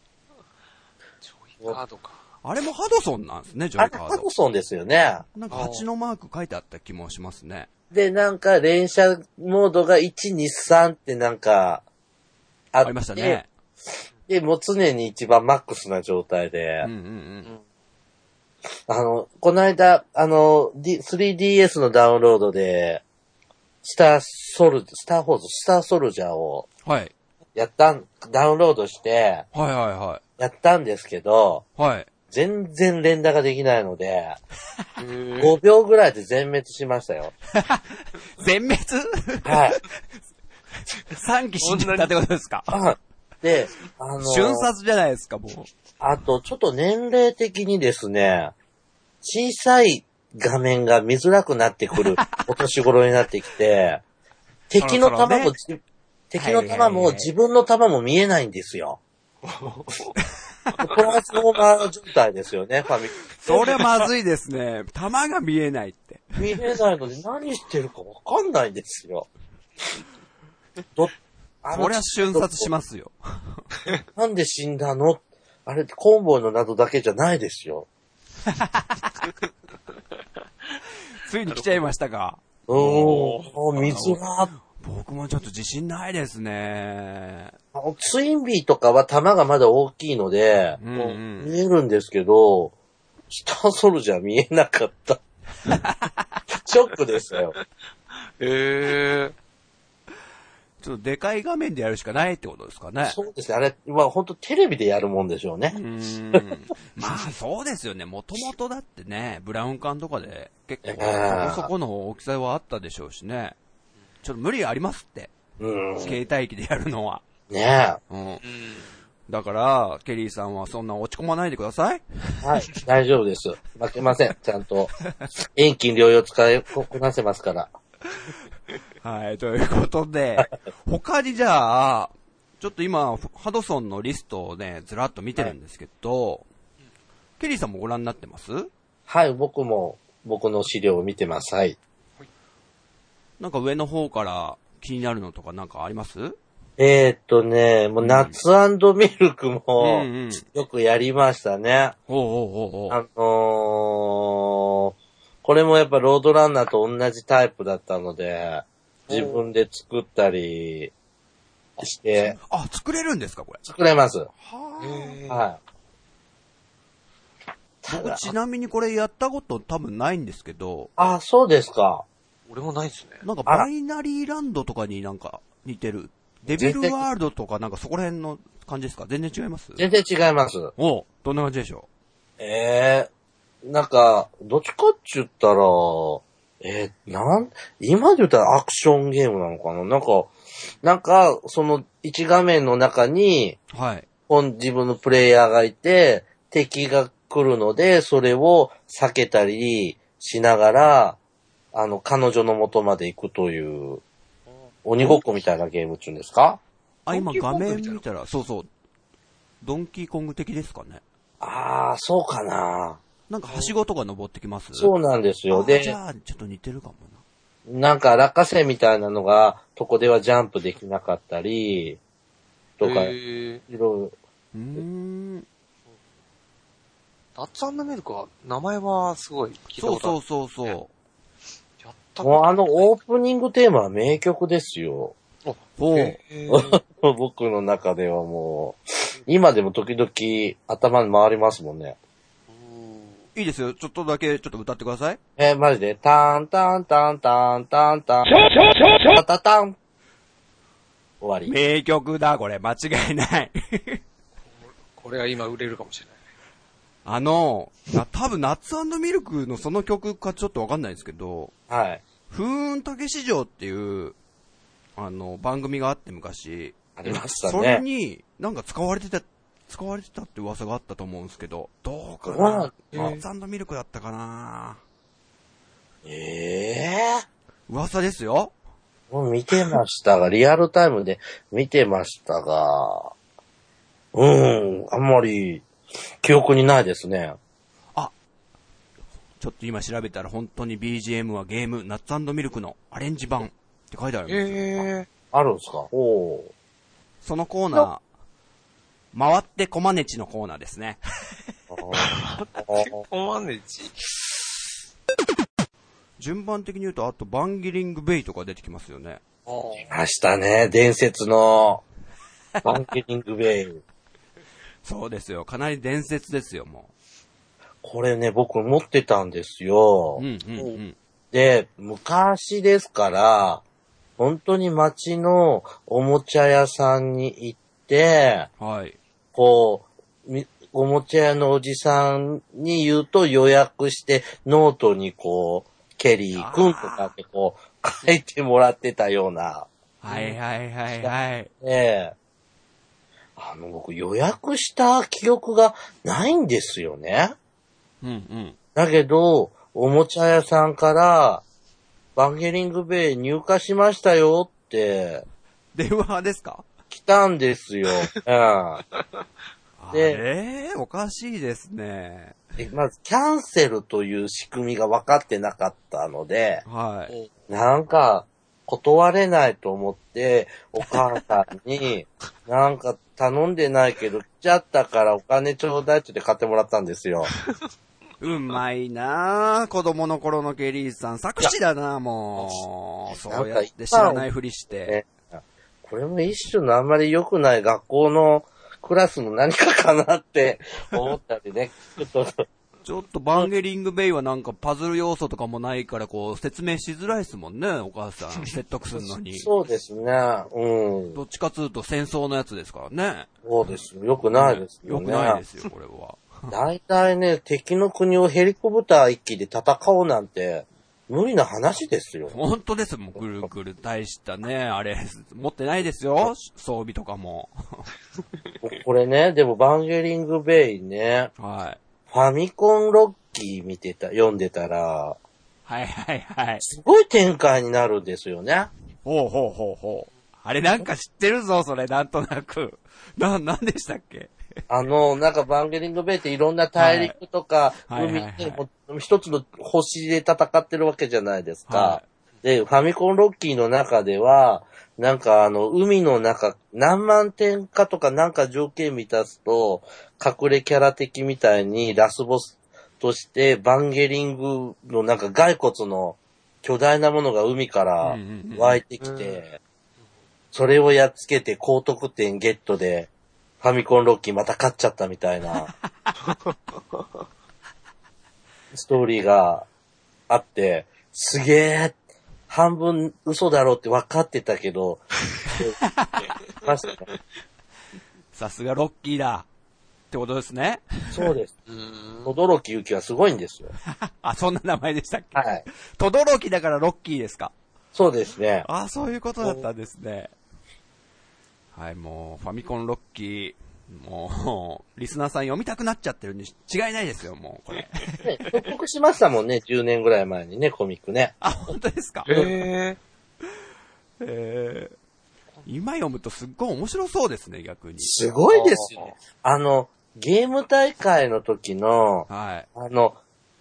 [SPEAKER 1] イカードか。
[SPEAKER 2] あれもハドソンなんですね、ジ
[SPEAKER 3] あ
[SPEAKER 2] ョ
[SPEAKER 3] れ、
[SPEAKER 2] イカ
[SPEAKER 3] ハ
[SPEAKER 2] ード
[SPEAKER 3] ド。ソンですよね。
[SPEAKER 2] なんか蜂のマーク書いてあった気もしますね。
[SPEAKER 3] で、なんか、連射モードが1、2、3ってなんか、あ
[SPEAKER 2] あ
[SPEAKER 3] って
[SPEAKER 2] りましたね。。
[SPEAKER 3] で、もう常に一番マックスな状態で、
[SPEAKER 2] うんうんうん。
[SPEAKER 3] あの、この間、あの、D、3DS のダウンロードで、スターソル、スターホーズ、スターソルジャーを
[SPEAKER 2] はい。
[SPEAKER 3] やったん、ダウンロードして、
[SPEAKER 2] はいはいは
[SPEAKER 3] やったんですけど、
[SPEAKER 2] い。はい。
[SPEAKER 3] 全然連打ができないので、
[SPEAKER 1] へー
[SPEAKER 3] 5秒ぐらいで全滅しました よ。
[SPEAKER 2] 全滅
[SPEAKER 3] はい。
[SPEAKER 2] ?3 期死んでたってことですか
[SPEAKER 3] で、あの、
[SPEAKER 2] 瞬殺じゃないですか、もう。
[SPEAKER 3] あと、ちょっと年齢的にですね、小さい画面が見づらくなって くるお年頃になってきて、敵の
[SPEAKER 2] そろそろ
[SPEAKER 3] 弾
[SPEAKER 2] ね
[SPEAKER 3] もじ、敵の
[SPEAKER 2] はいは
[SPEAKER 3] 弾
[SPEAKER 2] いはいは
[SPEAKER 3] も
[SPEAKER 2] い
[SPEAKER 3] 自分の弾も見えないんで すよ。トランスフォーマー状態ですよね、ファミ
[SPEAKER 2] それまずいですね。弾が見えないって。
[SPEAKER 3] 見れないので何してるかわかんないんで すよ。ど、あの
[SPEAKER 2] そりゃ瞬殺しますよ。
[SPEAKER 3] なんで死んだのあれ、コンボイの謎だけじゃないですよ。
[SPEAKER 2] ついに来ちゃいましたか。
[SPEAKER 3] うーん、水が
[SPEAKER 2] 僕もちょっと自信ないですね。
[SPEAKER 3] あのツインビーとかは弾がまだ大きいので、
[SPEAKER 2] うんうん
[SPEAKER 3] 見えるんですけど、スターソルジャー見えなかった。 ショックでしたよ。
[SPEAKER 1] へー
[SPEAKER 2] ちょっとでかい画面でやるしかないってことですかね。
[SPEAKER 3] そうですね。あれは本当テレビでやるもんでしょう
[SPEAKER 2] う
[SPEAKER 3] ね。
[SPEAKER 2] ーん。まあそうですよね。もともとだってね、ブラウン管とかで結構
[SPEAKER 3] ええ
[SPEAKER 2] そこそこの大きさはあったでしょうしね。ちょっと無理ありますって。
[SPEAKER 3] うん。ね
[SPEAKER 2] 携帯機でやるのは。
[SPEAKER 3] え。は
[SPEAKER 2] うん。
[SPEAKER 1] うん
[SPEAKER 2] だから、ケリーさんはそんな落ち込まないでください。
[SPEAKER 3] い。大丈夫です。負けません。ちゃんと。遠近療養使いここなせますから。
[SPEAKER 2] はい、ということ で、他にじゃあ、ちょっと今、ハドソンのリストをね、ずらっと見てるんですけど、ケリーさんもご覧になってます
[SPEAKER 3] はい。僕も、僕の資料を見てます。はい。
[SPEAKER 2] なんか上の方から気になるのとかなんかあります
[SPEAKER 3] えー、っとね、もう、ナッツミルクも
[SPEAKER 2] うんうん、
[SPEAKER 3] よくやりましたね。
[SPEAKER 2] おうおうおうお
[SPEAKER 3] あ
[SPEAKER 2] う
[SPEAKER 3] のー、これもやっぱロードランナーと同じタイプだったので、自分で作ったりして、
[SPEAKER 2] あ、作れるんですか、これ。
[SPEAKER 3] 作れます。
[SPEAKER 2] は
[SPEAKER 3] はい。た
[SPEAKER 2] 僕
[SPEAKER 3] だ、
[SPEAKER 2] ちなみにこれやったこと多分ないんですけど、
[SPEAKER 3] あ、そうですか。
[SPEAKER 1] 俺もないですね。
[SPEAKER 2] なんか
[SPEAKER 3] あら
[SPEAKER 2] バイナリーランドとかになんか似てる。デビルワールドとかなんかそこら辺の感じですか全然違います
[SPEAKER 3] 全然違います。
[SPEAKER 2] おうどんな感じでしょ
[SPEAKER 3] ええなんか、どっちかっちゅったら、えーなん、今で言ったらアクションゲームなのかななんか、なんか、その一画面の中に、
[SPEAKER 2] うはい。
[SPEAKER 3] 本自分のプレイヤーがいて、敵が来るので、それを避けたりしながら、あの、彼女の元まで行くという、鬼ごっこみたいなゲームっちゅうんですか
[SPEAKER 2] あ、
[SPEAKER 1] ド
[SPEAKER 2] 今
[SPEAKER 1] ンキー
[SPEAKER 2] 画
[SPEAKER 1] コング
[SPEAKER 2] 面
[SPEAKER 1] みたいな
[SPEAKER 2] 見たら、そうそう。ドンキーコング的ですかね。
[SPEAKER 3] ああ、そうかな。
[SPEAKER 2] なんかはしごとか登ってきます
[SPEAKER 3] そうなんですよ。
[SPEAKER 2] あじ
[SPEAKER 3] で、
[SPEAKER 2] ゃあ、ちょっと似てるかもな。
[SPEAKER 3] なんか落花生みたいなのが、そこではジャンプできなかったり、とか、い
[SPEAKER 1] へー
[SPEAKER 3] ろいろ、
[SPEAKER 2] うーん。
[SPEAKER 1] ナッツメルクは、名前はすごい聞いた
[SPEAKER 2] そ
[SPEAKER 1] こ
[SPEAKER 2] うそ
[SPEAKER 1] とあ
[SPEAKER 2] うそうそう。
[SPEAKER 1] る。やった
[SPEAKER 3] もうあの
[SPEAKER 1] お
[SPEAKER 3] オープニングテーマは名曲ですよ。
[SPEAKER 2] おう
[SPEAKER 3] 僕の中ではもう、今でも時々頭に回りますもんね。
[SPEAKER 2] いいですよ。ちょっとだけ、ちょっと歌ってください。
[SPEAKER 3] えーマジで、ターンターンターンターンターンターン。タタタン。終わり。
[SPEAKER 2] 名曲だ、これ。間違いない。
[SPEAKER 1] これは今売れるかもしれない。
[SPEAKER 2] あの、な多分、ナッツミルクのその曲かちょっとわかんないですけど、
[SPEAKER 3] はい。
[SPEAKER 2] 風雲竹市場っていう、あの、番組があって昔、
[SPEAKER 3] ありました
[SPEAKER 2] それ
[SPEAKER 3] ね。
[SPEAKER 2] に、なんか使われてた、使われてたって噂があったと思うんですけど、どうか
[SPEAKER 3] う
[SPEAKER 2] な
[SPEAKER 3] わ
[SPEAKER 2] ナッツミルクだったかな
[SPEAKER 3] ええ
[SPEAKER 2] 噂ですよ。
[SPEAKER 3] もう見てましたが、リアルタイムで見てましたが、うん、あんまり記憶にないですね。
[SPEAKER 2] ちょっと今調べたら本当に BGM はゲーム、ナッツミルクのアレンジ版って書いてあるんですよ。
[SPEAKER 1] え
[SPEAKER 3] あるんですかおー
[SPEAKER 2] そのコーナー、回ってコマネチのコーナーですね。
[SPEAKER 3] あー
[SPEAKER 1] コマネチ。
[SPEAKER 2] 順番的に言うと、あとバンギリングベイとか出てきますよね。
[SPEAKER 1] あー
[SPEAKER 3] 明日ね、伝説の、バンキリングベイ。
[SPEAKER 2] そうですよ。かなり伝説ですよ、も
[SPEAKER 3] これね、僕持ってたんです
[SPEAKER 2] う。
[SPEAKER 3] よ
[SPEAKER 2] う。ん、うん、うん。
[SPEAKER 3] で、昔ですから、本当に街のおもちゃ屋さんに行って、
[SPEAKER 2] はい。
[SPEAKER 3] こう、みおもちゃ屋のおじさんに言うと予約して、ノートにこう、ケリー君とかってこう、書いてもらってたような。
[SPEAKER 2] はいはいはいはい。
[SPEAKER 3] ええあの、僕予約した記憶がないんですよね。
[SPEAKER 2] うん、うん。
[SPEAKER 3] だけど、おもちゃ屋さんから、バンゲリングベイ入荷しましたよって、
[SPEAKER 2] 電話です か
[SPEAKER 3] 来たんですよ。うん。で
[SPEAKER 2] ええおかしいですね。
[SPEAKER 3] でまず、キャンセルという仕組みが分かってなかったので、
[SPEAKER 2] はい。
[SPEAKER 3] なんか、断れないと思って、お母さんに、 なんか頼んでないけど、来ちゃったからお金ちょうだいって言って買ってもらったんですよ。
[SPEAKER 2] うまいなぁ。子供の頃のケリーさん、作詞だなぁ、もう。そうやって知らないふりして。
[SPEAKER 3] ねこれも一種のあんまり良くない学校のクラスの何かかなって思ったん でね、ちょっと、
[SPEAKER 2] ちょっとバンゲリングベイはなんかパズル要素とかもないから、こう、説明しづらいですもんね、お母 さん。説得するのに。
[SPEAKER 3] そうですね、うん。
[SPEAKER 2] どっちかつうと戦争のやつですからね。
[SPEAKER 3] そうです。良くないですよ
[SPEAKER 2] よ
[SPEAKER 3] ね。
[SPEAKER 2] くないですよ、これは。
[SPEAKER 3] 大体ね、敵の国をヘリコプター一機で戦おうなんて、無理な話ですよ。
[SPEAKER 2] 本当ですもん、ぐるぐる大したね、あれ、持ってないですよ、装備とかも。
[SPEAKER 3] これね、でもバンゲリングベイね、
[SPEAKER 2] はい。
[SPEAKER 3] ファミコンロッキー見てた、読んでたら、
[SPEAKER 2] はいはいはい。
[SPEAKER 3] すごい展開になるんですよね。
[SPEAKER 2] ほうほうほうほう。あれなんか知ってるぞ、それ、なんとなく。 な、なんでしたっけ
[SPEAKER 3] あの、なんかバンゲリングベイっていろんな大陸とか、
[SPEAKER 2] はいはい
[SPEAKER 3] 海
[SPEAKER 2] はい
[SPEAKER 3] でも一つの星で戦ってるわけじゃないですか。
[SPEAKER 2] は
[SPEAKER 3] で、ファミコンロッキーの中では、なんかあの、海の中、何万点かとかなんか条件満たすと、隠れキャラ的みたいにラスボスとして、バンゲリングのなんか骸骨の巨大なものが海から
[SPEAKER 2] うんうんうん
[SPEAKER 3] 湧いてきて、それをやっつけて高得点ゲットで、ファミコンロッキーまた勝っちゃったみたいな、ストーリーがあって、すげえ、半分嘘だろうって分かってたけど、まさか
[SPEAKER 2] さすがロッキーだ。ってことですね。
[SPEAKER 3] そうです。
[SPEAKER 1] うーん。
[SPEAKER 3] 驚きゆきはすごいんですよ。
[SPEAKER 2] あ、そんな名前でしたっけ
[SPEAKER 3] はい。
[SPEAKER 2] とどろきだからロッキーですか。
[SPEAKER 3] そうですね。
[SPEAKER 2] あ、そういうことだったんですね。はい、もう、ファミコンロッキー、もう、リスナーさん読みたくなっちゃってるに違いないですよ、もう、こ れ。
[SPEAKER 3] ね復刻しましたもんね、10年ぐらい前にね、コミックね。
[SPEAKER 2] あ、本当ですか
[SPEAKER 1] えー
[SPEAKER 2] えー今読むとすっごい面白そうですね、逆に。
[SPEAKER 3] すごいですよね。あの、ゲーム大会の時の、
[SPEAKER 2] はい。
[SPEAKER 3] あの、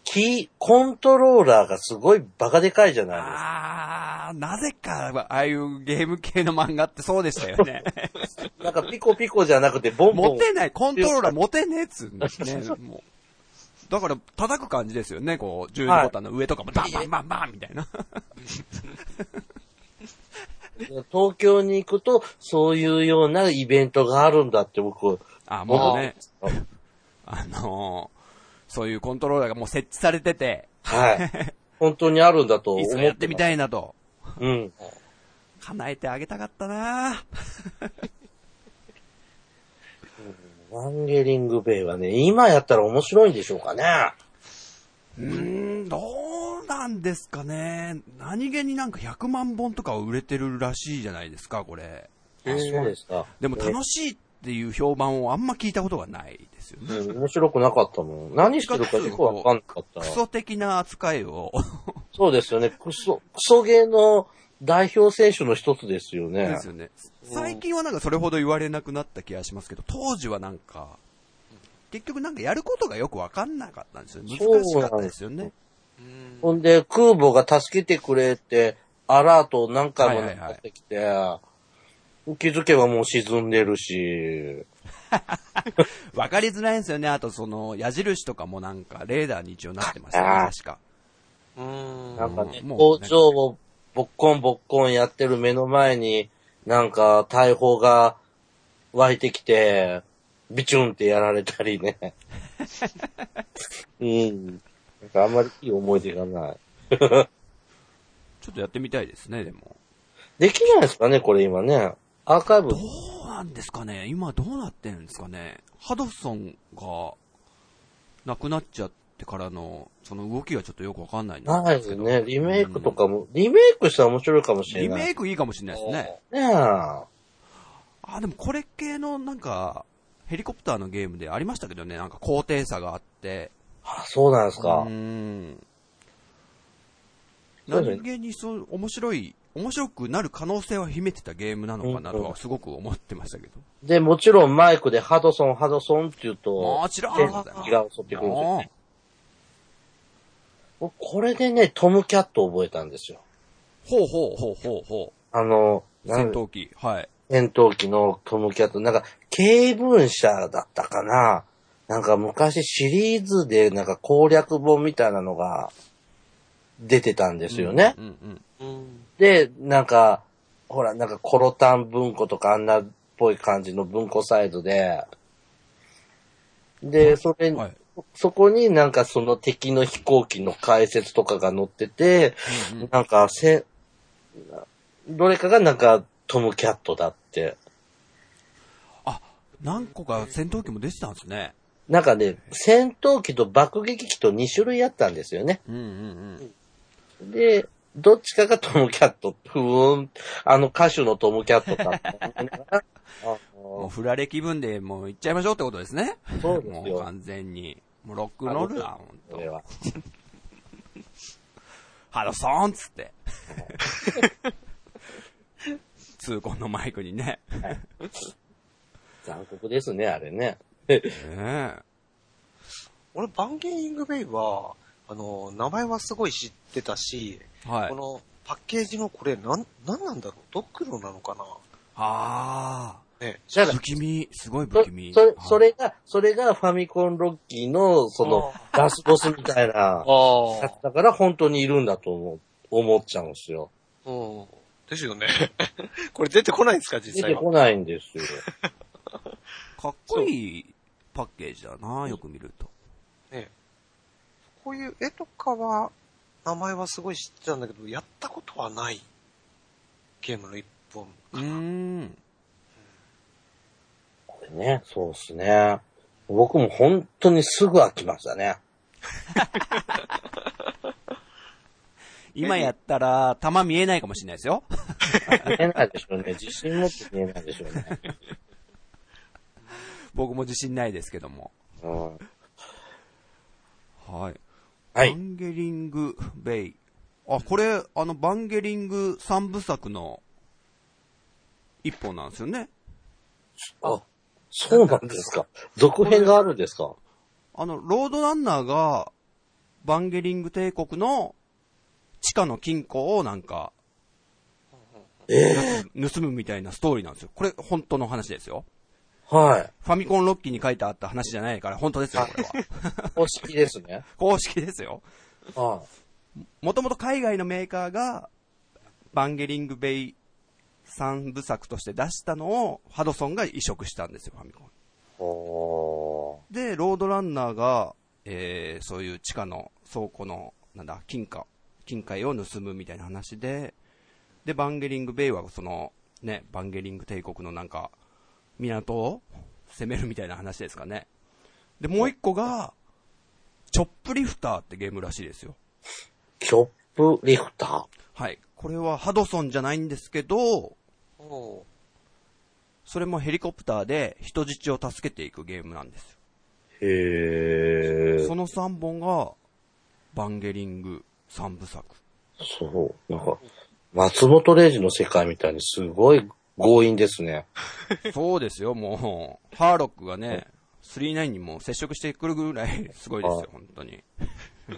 [SPEAKER 3] キー、コントローラーがすごいバカでかいじゃないですか。
[SPEAKER 2] あー、なぜか、ああいうゲーム系の漫画ってそうでしたよね。
[SPEAKER 3] なんかピコピコじゃなくてボンボ
[SPEAKER 2] 持
[SPEAKER 3] ン。
[SPEAKER 2] てない、コントローラー持てねえっつうんですね、もう。だから、叩く感じですよね、こう、12ボタンの上とかも、バンバンバンバンみたいな。
[SPEAKER 3] 東京に行くと、そういうようなイベントがあるんだって僕、
[SPEAKER 2] あ、もうね、
[SPEAKER 3] あー
[SPEAKER 2] あのー、そういうコントローラーがもう設置されてて、
[SPEAKER 3] はい。本当にあるんだと思
[SPEAKER 2] い
[SPEAKER 3] っ
[SPEAKER 2] つか
[SPEAKER 3] てます。
[SPEAKER 2] やってみたいなと。
[SPEAKER 3] うん。
[SPEAKER 2] 叶えてあげたかったな
[SPEAKER 3] ワンゲリングベイはね、今やったら面白いんでしょうかね。
[SPEAKER 2] うーん、どうなんですかね。何気になんか100万本とか売れてるらしいじゃないですか、これ。
[SPEAKER 3] あ、そうですか。
[SPEAKER 2] でも楽しいっていう評判をあんま聞いたことがないですよね。
[SPEAKER 3] うん面白くなかったもん。何してるかよくわかんなかった
[SPEAKER 2] ク。ソ的な扱いを
[SPEAKER 3] そうですよね。クソ、クソゲーの代表選手の一つですよね
[SPEAKER 2] で。すよね。最近はなんかそれほど言われなくなった気がしますけど、当時はなんか、結局なんかやることがよくわかんなかったんですよ。難しかったですよね。
[SPEAKER 1] うん
[SPEAKER 3] ほんで、空母が助けてくれって、アラートを何回
[SPEAKER 2] は
[SPEAKER 3] も
[SPEAKER 2] いはいはい
[SPEAKER 3] 鳴ってきて、気づけばもう沈んでるし、
[SPEAKER 2] わかりづらいんですよね。あとその矢印とかもなんかレーダーに一応なってました
[SPEAKER 3] あ
[SPEAKER 2] ね
[SPEAKER 3] ー。
[SPEAKER 2] 確か。
[SPEAKER 1] うん。
[SPEAKER 3] なんかね、
[SPEAKER 2] うんもう
[SPEAKER 3] 工場をボッコンボッコンやってる目の前に、なんか大砲が湧いてきて、ビチュンってやられた りね。うん。なんかあんまりいい思い出がない。
[SPEAKER 2] ちょっとやってみたいですね、でも。
[SPEAKER 3] できないですかね、これ今ね。アーカイブ
[SPEAKER 2] ど。うなんですかね今どうなってるんですかねハドソンが亡くなっちゃってからの、その動きがちょっとよくわかんないん
[SPEAKER 3] ない
[SPEAKER 2] で
[SPEAKER 3] ですす
[SPEAKER 2] けど。
[SPEAKER 3] ね。リメイクとかも、リメイクしたら面白いかもしれ
[SPEAKER 2] リ
[SPEAKER 3] ない。
[SPEAKER 2] メイクいいかもしれないですね。
[SPEAKER 3] ねえ。
[SPEAKER 2] あ、でもこれ系のなんか、ヘリコプターのゲームでありましたけどね、なんか高低差があって。
[SPEAKER 3] あ、そうなんです
[SPEAKER 2] う
[SPEAKER 3] か
[SPEAKER 2] ー。ん。
[SPEAKER 3] そうですね
[SPEAKER 2] 何気にそう、面白い、面白くなる可能性は秘めてたゲームなのかなとはすごく思ってましたけど。
[SPEAKER 3] で、もちろんマイクでハドソン、ハドソンって言うと、
[SPEAKER 2] もちろん
[SPEAKER 3] 天気が襲ってくるんですよね。僕これでね、トムキャット覚えたんですよ。
[SPEAKER 2] ほうほうほうほうほ
[SPEAKER 3] あの、
[SPEAKER 2] う。
[SPEAKER 3] なん
[SPEAKER 2] 戦闘機。はい。
[SPEAKER 3] 戦闘機のトムキャット、なんか、軽文社だったかななんか昔シリーズでなんか攻略本みたいなのが出てたんですよね。
[SPEAKER 2] うんうん
[SPEAKER 1] うん。
[SPEAKER 3] で、なんか、ほら、なんか、コロタン文庫とかあんなっぽい感じの文庫サイトで、で、それ、
[SPEAKER 2] はい
[SPEAKER 3] そこになんかその敵の飛行機の解説とかが載ってて、
[SPEAKER 2] うんうん
[SPEAKER 3] なんか、せ、どれかがなんか、トムキャットだって。
[SPEAKER 2] あ、何個か戦闘機も出てたんですね。
[SPEAKER 3] なんかね、戦闘機と爆撃機と2種類あったんですよね。
[SPEAKER 2] うんうんうん。
[SPEAKER 3] で、どっちかがトムキャット、ふーん、あの歌手のトムキャットだった あの
[SPEAKER 2] もう振られ気分でもう行っちゃいましょうってことですね。
[SPEAKER 3] そうですよ
[SPEAKER 2] もう完全に。もうロックンロールだ、ほん
[SPEAKER 3] これ
[SPEAKER 2] と。
[SPEAKER 3] は。
[SPEAKER 2] ハドソーンっつ って。痛恨のマイクにね。
[SPEAKER 3] 残酷ですね、あれね。
[SPEAKER 2] ねえ
[SPEAKER 1] 俺、バンゲイングベイは、あの、名前はすごい知ってたし、
[SPEAKER 2] はい
[SPEAKER 1] こ。のパッケージのこれ、なん、なんなんだろうドクロなのかな
[SPEAKER 2] あ
[SPEAKER 1] ね。
[SPEAKER 3] だ
[SPEAKER 2] ー。
[SPEAKER 3] から
[SPEAKER 2] 不、気味、すごい不
[SPEAKER 3] そ
[SPEAKER 2] 気味。
[SPEAKER 3] それ
[SPEAKER 2] はい
[SPEAKER 3] それが、それがファミコンロッキーの、その、ラスボスみたいな
[SPEAKER 1] あ、あ
[SPEAKER 3] だったから本当にいるんだと思う、思っちゃうんですよ。
[SPEAKER 1] うん。ですよね。 これ出てこないんですか、
[SPEAKER 3] 出
[SPEAKER 1] 実際
[SPEAKER 3] て
[SPEAKER 1] は。
[SPEAKER 3] こないんですよ。
[SPEAKER 2] かっこいいパッケージだな、よく見ると。
[SPEAKER 1] ねこういう絵とかは、名前はすごい知ってたんだけど、やったことはないゲームの一本。
[SPEAKER 2] うーん。
[SPEAKER 3] これね、そうですね。僕も本当にすぐ飽きましたね。
[SPEAKER 2] 今やったら、弾見えないかもしれないですよ。
[SPEAKER 3] 見えないでしょうね。自信持って見えないでしょうね。
[SPEAKER 2] 僕も自信ないですけども。
[SPEAKER 3] うん、
[SPEAKER 2] はい。
[SPEAKER 3] はい
[SPEAKER 2] バンゲリング・ベイ。あ、これ、あの、バンゲリング三部作の一本なんですよね。
[SPEAKER 3] あ、そうなんですか。続編があるんですか
[SPEAKER 2] あの、ロードランナーが、バンゲリング帝国の地下の金庫をなんか、盗むみたいなストーリーなんですよ。これ、本当の話ですよ。
[SPEAKER 3] はい。
[SPEAKER 2] ファミコンロッキーに書いてあった話じゃないから、本当ですよ、これ は。
[SPEAKER 3] 公式ですね。
[SPEAKER 2] 公式ですよ。
[SPEAKER 3] は
[SPEAKER 2] もともと海外のメーカーが、バンゲリングベイ3部作として出したのを、ハドソンが移植したんですよ、ファミコン。
[SPEAKER 3] い。おー。
[SPEAKER 2] で、ロードランナーが、えー、そういう地下の倉庫の、なんだ、金貨、金塊を盗むみたいな話で、で、バンゲリング・ベイはその、ね、バンゲリング帝国のなんか、港を攻めるみたいな話ですかね。で、もう一個が、チョップリフターってゲームらしいですよ。
[SPEAKER 3] キョップリフタ
[SPEAKER 2] はい。これはハドソンじゃないんですけど、
[SPEAKER 1] おー
[SPEAKER 2] それもヘリコプターで人質を助けていくゲームなんですよ。
[SPEAKER 3] ーへえ
[SPEAKER 2] そ。の3本が、バンゲリング3部作。
[SPEAKER 3] そう。なんか、松本零士の世界みたいにすごい強引ですね。
[SPEAKER 2] そうですよ、もう。ハーロックがね、39にも接触してくるぐらいすごいですよ、本当に。
[SPEAKER 1] そ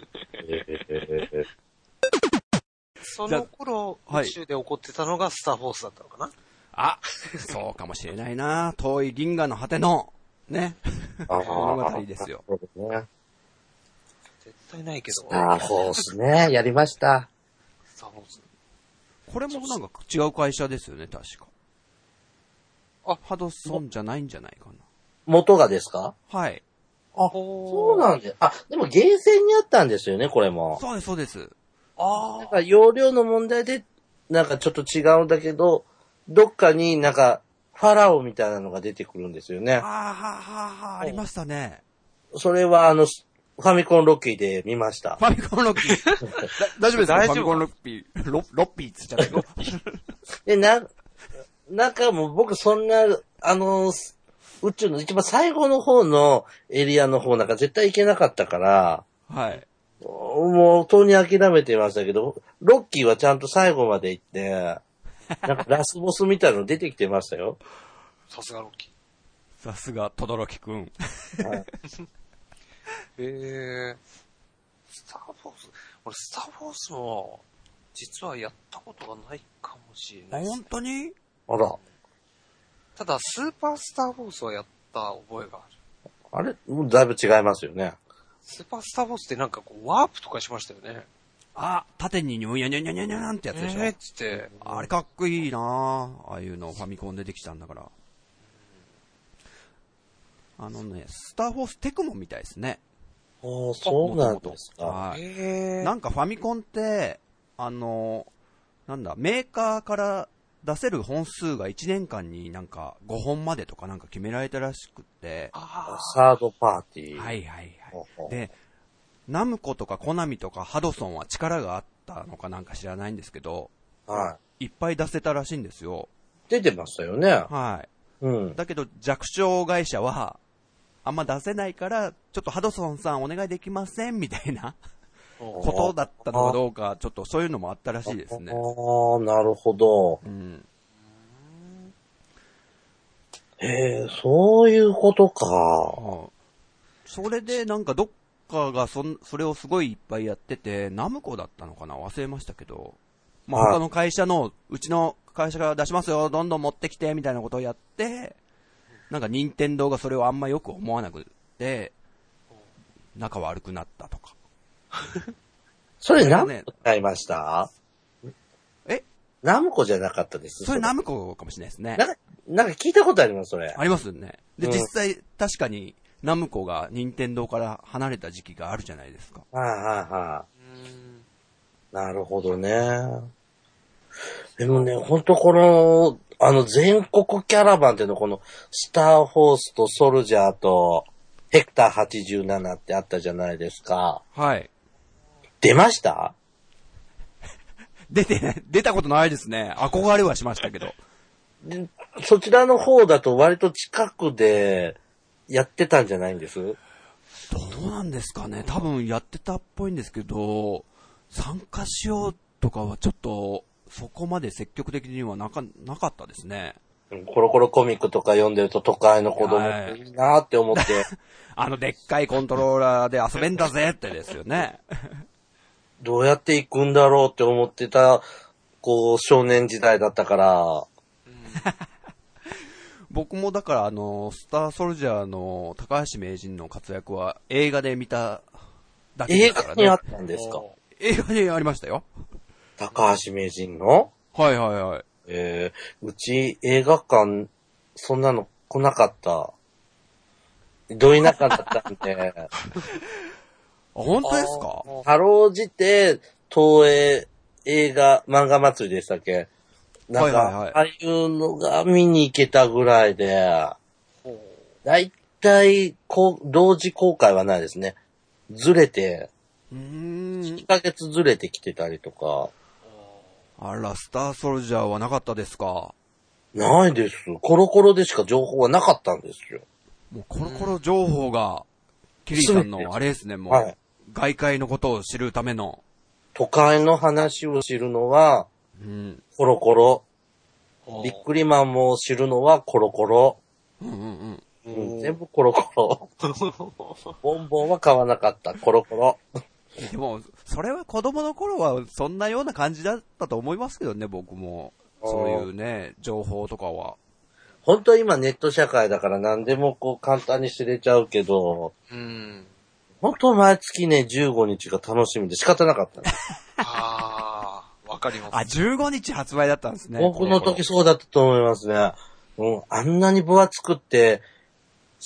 [SPEAKER 2] じゃあ
[SPEAKER 1] の頃、
[SPEAKER 2] はい
[SPEAKER 1] 宇宙で起こってたのがスターフォースだったのかな
[SPEAKER 2] あ、そうかもしれないな遠い銀河の果ての、ね、
[SPEAKER 3] あ
[SPEAKER 2] 物語ですよ。
[SPEAKER 3] そうですね。
[SPEAKER 1] 絶対ないけど。
[SPEAKER 3] ああ、そうですね。やりました。
[SPEAKER 1] スターフォース。
[SPEAKER 2] これもなんか違う会社ですよね、確か。
[SPEAKER 1] あ
[SPEAKER 2] ハドソンじゃないんじゃないかな。
[SPEAKER 3] 元がですか
[SPEAKER 2] はい。
[SPEAKER 3] あ、
[SPEAKER 1] おー
[SPEAKER 3] そうなんで。あ、でもゲーセンにあったんですよね、これも。
[SPEAKER 2] そうです、そうです。
[SPEAKER 1] あ
[SPEAKER 3] な
[SPEAKER 1] あ、
[SPEAKER 3] んか容量の問題で、なんかちょっと違うんだけど、どっかになんか、ファラオみたいなのが出てくるんですよ
[SPEAKER 2] あー
[SPEAKER 3] ね。
[SPEAKER 2] はーはーはーありましたね。
[SPEAKER 3] それはあの、ファミコンロッキーで見ました
[SPEAKER 2] フ。ァミコンロッピー。だ大丈夫ですか
[SPEAKER 1] 大丈夫
[SPEAKER 2] ファミコンロッピー。ロロッピーっつっちゃったよ。
[SPEAKER 3] で、な、なんかもう僕そんな、あの、宇宙の一番最後の方のエリアの方なんか絶対行けなかったから、
[SPEAKER 2] はい。
[SPEAKER 3] もう、とうに諦めてましたけど、ロッキーはちゃんと最後まで行って、なんかラスボスみたいなの出てきてましたよ。
[SPEAKER 1] さすがロッキー。
[SPEAKER 2] さすが、とどろきくん。
[SPEAKER 3] はい
[SPEAKER 1] えー、スターフォース、俺スターフォースも、実はやったことがないかもしれないです
[SPEAKER 2] 本。当に
[SPEAKER 3] あら、
[SPEAKER 1] ただ、スーパースターフォースはやった覚えがある。
[SPEAKER 3] あれもうだいぶ違いますよね。
[SPEAKER 1] スーパースターフォースってなんかこう、ワープとかしましたよね。
[SPEAKER 2] あ、縦にニュンヤニャニャニャニャなんてやつでしょ、
[SPEAKER 1] えーっつって、
[SPEAKER 2] あれかっこいいなあああいうのファミコンでできたんだから。あのね、スターフォーステクモみたいですね。
[SPEAKER 3] ああ、そうなんですか。
[SPEAKER 2] はい。
[SPEAKER 1] えー、
[SPEAKER 2] なんかファミコンって、あの、なんだ、メーカーから出せる本数が1年間になんか5本までとかなんか決められたらしくって、
[SPEAKER 1] ああ、
[SPEAKER 3] サードパーティー。
[SPEAKER 2] はいはい
[SPEAKER 3] ほう
[SPEAKER 2] は
[SPEAKER 3] ほ
[SPEAKER 2] い。
[SPEAKER 3] う
[SPEAKER 2] で、ナムコとかコナミとかハドソンは力があったのかなんか知らないんですけど、
[SPEAKER 3] はい
[SPEAKER 2] っぱい出せたらしいんですよ。
[SPEAKER 3] い。出てましたよね。
[SPEAKER 2] はい。
[SPEAKER 3] うん。
[SPEAKER 2] だけど弱小会社は、あんま出せないから、ちょっとハドソンさんお願いできませんみたいなことだったのかどうか、ちょっとそういうのもあったらしいですね。
[SPEAKER 3] ああ、なるほど。
[SPEAKER 2] うん。
[SPEAKER 3] へえ、そういうことか。
[SPEAKER 2] それでなんかどっかがそん、それをすごいいっぱいやってて、ナムコだったのかな忘れましたけど、まあ
[SPEAKER 3] はい
[SPEAKER 2] 他の会社の、うちの会社が出しますよ、どんどん持ってきて、みたいなことをやって、なんか任天堂がそれをあんまよく思わなくて、仲悪くなったとか。
[SPEAKER 3] それナ
[SPEAKER 2] ね
[SPEAKER 3] ムコ使いました
[SPEAKER 2] え
[SPEAKER 3] ナムコじゃなかったです。
[SPEAKER 2] それナムコかもしれないですね。
[SPEAKER 3] なんか、なんか聞いたことあります、それ。
[SPEAKER 2] ありますよね。で、
[SPEAKER 3] うん
[SPEAKER 2] 実際、確かに、ナムコが任天堂から離れた時期があるじゃないですか。
[SPEAKER 3] はいはいは
[SPEAKER 1] うん
[SPEAKER 3] い。なるほどね。でもね、ほんとこの、あの、全国キャラバンっていうの、この、スターフォースとソルジャーと、ヘクター87ってあったじゃないですか。
[SPEAKER 2] はい。
[SPEAKER 3] 出ました
[SPEAKER 2] 出て、出たことないですね。憧れはしましたけど。
[SPEAKER 3] でそちらの方だと割と近くでやってたんじゃないんです
[SPEAKER 2] どうなんですかね。多分やってたっぽいんですけど、参加しようとかはちょっと、そこまで積極的にはなか、なかったですね。
[SPEAKER 3] コロコロコミックとか読んでると都会の子供
[SPEAKER 2] はい
[SPEAKER 3] いいなって 思って、
[SPEAKER 2] あの、でっかいコントローラーで遊べんだぜってですよね。
[SPEAKER 3] どうやって行くんだろうって思ってた、こう、少年時代だったから、
[SPEAKER 2] 僕もだからあの、スターソルジャーの高橋名人の活躍は映画で見ただけで
[SPEAKER 3] 映
[SPEAKER 2] すから
[SPEAKER 3] 画
[SPEAKER 2] ね。
[SPEAKER 3] にあったんですか
[SPEAKER 1] お
[SPEAKER 2] 映画でありましたよ。
[SPEAKER 3] 高橋名人の
[SPEAKER 2] はいはいはい。
[SPEAKER 3] えー、うち映画館、そんなの来なかった。ど田舎だったんで、
[SPEAKER 2] あ、本当ですか
[SPEAKER 1] ー
[SPEAKER 3] かろうじて、東映映画、漫画祭りでしたっけなん
[SPEAKER 2] はいはいはい
[SPEAKER 3] か、ああいうのが見に行けたぐらいで、
[SPEAKER 1] ほ
[SPEAKER 3] だいたい、こう、同時公開はないですね。ずれて、
[SPEAKER 2] うーん
[SPEAKER 3] 1。ヶ月ずれてきてたりとか、
[SPEAKER 2] あら、スターソルジャーはなかったですか。
[SPEAKER 3] ないです。コロコロでしか情報はなかったんですよ。
[SPEAKER 2] もうコロコロ情報が、キリーさんのあれですね、もう、
[SPEAKER 3] はい
[SPEAKER 2] 外界のことを知るための、
[SPEAKER 3] 都会の話を知るのは、
[SPEAKER 2] うん、
[SPEAKER 3] コロコロ。
[SPEAKER 1] う
[SPEAKER 3] ビックリマンも知るのはコロコロ。
[SPEAKER 2] うんうんうん。
[SPEAKER 3] うん、全部コロコロ。ボンボンは買わなかった、コロコロ。
[SPEAKER 2] でも、それは子供の頃はそんなような感じだったと思いますけどね、僕も。そういうね、情報とかは。
[SPEAKER 3] 本当は今ネット社会だから何でもこう簡単に知れちゃうけど、
[SPEAKER 1] うん。
[SPEAKER 3] 本当毎月ね、15日が楽しみで仕方なかったの。
[SPEAKER 1] ああ、わかります。
[SPEAKER 2] あ、15日発売だったんですね。
[SPEAKER 3] 僕の時そうだったと思いますね。うん、あんなに分厚くって、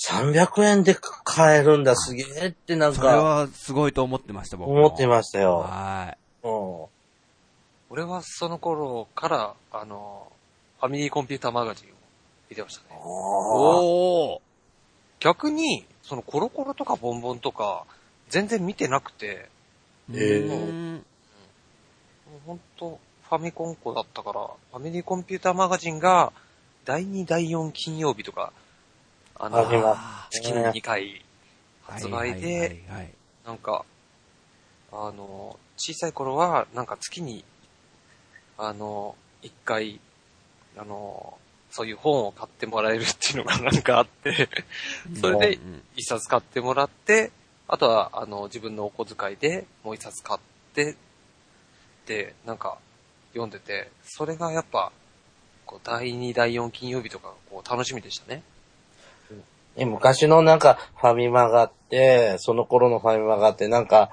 [SPEAKER 3] 300円で買えるんだ、すげえってなん
[SPEAKER 2] それ
[SPEAKER 3] か、
[SPEAKER 2] はすごいと思ってました、僕も。
[SPEAKER 3] 思ってました
[SPEAKER 2] た
[SPEAKER 3] よ。
[SPEAKER 2] は
[SPEAKER 3] うん。
[SPEAKER 1] 俺はその頃から、あの、ファミリーコンピューターマガジンを見てましたね。
[SPEAKER 2] い。
[SPEAKER 3] おー
[SPEAKER 2] おー。
[SPEAKER 1] 逆に、そのコロコロとかボンボンとか、全然見てなくて、
[SPEAKER 2] う
[SPEAKER 3] えー
[SPEAKER 2] ーん
[SPEAKER 1] ほんと、ファミコン子だったから、ファミリーコンピューターマガジンが、第2、第4金曜日とか、あの、
[SPEAKER 3] あでも
[SPEAKER 2] あ
[SPEAKER 1] 月に2回
[SPEAKER 2] ー
[SPEAKER 1] 発売で、
[SPEAKER 2] はいはいはいはい
[SPEAKER 1] なんか、あの、小さい頃は、なんか月に、あの、一回、あの、そういう本を買ってもらえるっていうのが なんかあって、それで
[SPEAKER 2] うん
[SPEAKER 1] 一冊買ってもらって、あとは、あの、自分のお小遣いでもう一冊買って、で、なんか、読んでて、それがやっぱ、こう、第2、第4金曜日とか、こう、楽しみでしたね。
[SPEAKER 3] ね昔のなんかファミマがあって、その頃のファミマがあって、なんか、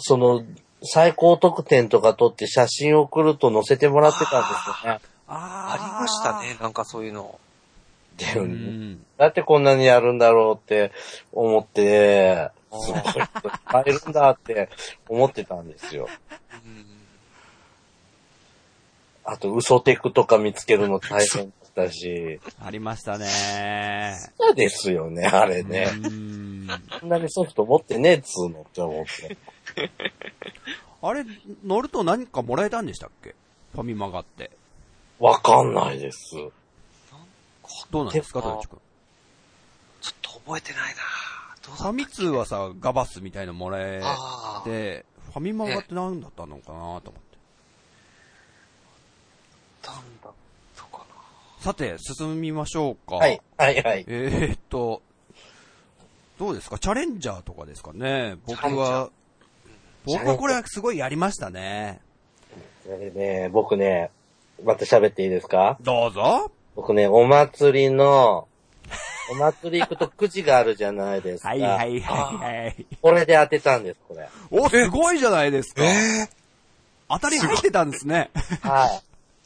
[SPEAKER 3] その、最高得点とか撮って写真を送ると載せてもらってたんですよね。
[SPEAKER 2] あ
[SPEAKER 1] あり
[SPEAKER 2] ー
[SPEAKER 1] ましたね、なんかそういうの。
[SPEAKER 3] だよ
[SPEAKER 2] う
[SPEAKER 3] ね
[SPEAKER 2] ん
[SPEAKER 3] だってこんなにやるんだろうって思って、すごい人いっぱいいるんだって思ってたんですよ。
[SPEAKER 1] うん
[SPEAKER 3] あと、嘘テクとか見つけるの大変だったし、
[SPEAKER 2] ありましたね。
[SPEAKER 3] 嫌ですよね、あれね。
[SPEAKER 2] うーん
[SPEAKER 3] こんなにソフト持ってねえっつうのって思って。
[SPEAKER 2] あれ、乗ると何かもらえたんでしたっけファミマがあって。
[SPEAKER 3] わかんないです。
[SPEAKER 2] どうなんですか、
[SPEAKER 1] であー
[SPEAKER 2] トヨチ君。
[SPEAKER 1] ちょっと覚えてないなどう
[SPEAKER 2] フ
[SPEAKER 1] だ
[SPEAKER 2] ァミ通はさ、ガバスみたいのもらえ
[SPEAKER 1] ああ。
[SPEAKER 2] て、ファミマがって何だったのかなと思って。
[SPEAKER 1] ったんだったか
[SPEAKER 2] さて、進みましょうか。
[SPEAKER 3] はい、はい、はい。
[SPEAKER 2] えーっと、どうですかチャレンジャーとかですかね僕
[SPEAKER 1] チャレンジャ
[SPEAKER 2] は、僕はこれはすごいやりましたね。
[SPEAKER 3] えーね、僕ね、また喋っていいですか
[SPEAKER 2] どうぞ
[SPEAKER 3] 僕ね、お祭りの、お祭り行くとくじがあるじゃないですか。
[SPEAKER 2] はいはいはいはい。
[SPEAKER 3] これで当てたんです、これ。
[SPEAKER 2] お、すごいじゃないですか
[SPEAKER 1] な。。え
[SPEAKER 2] 当たり入ってたんですね。
[SPEAKER 3] はい。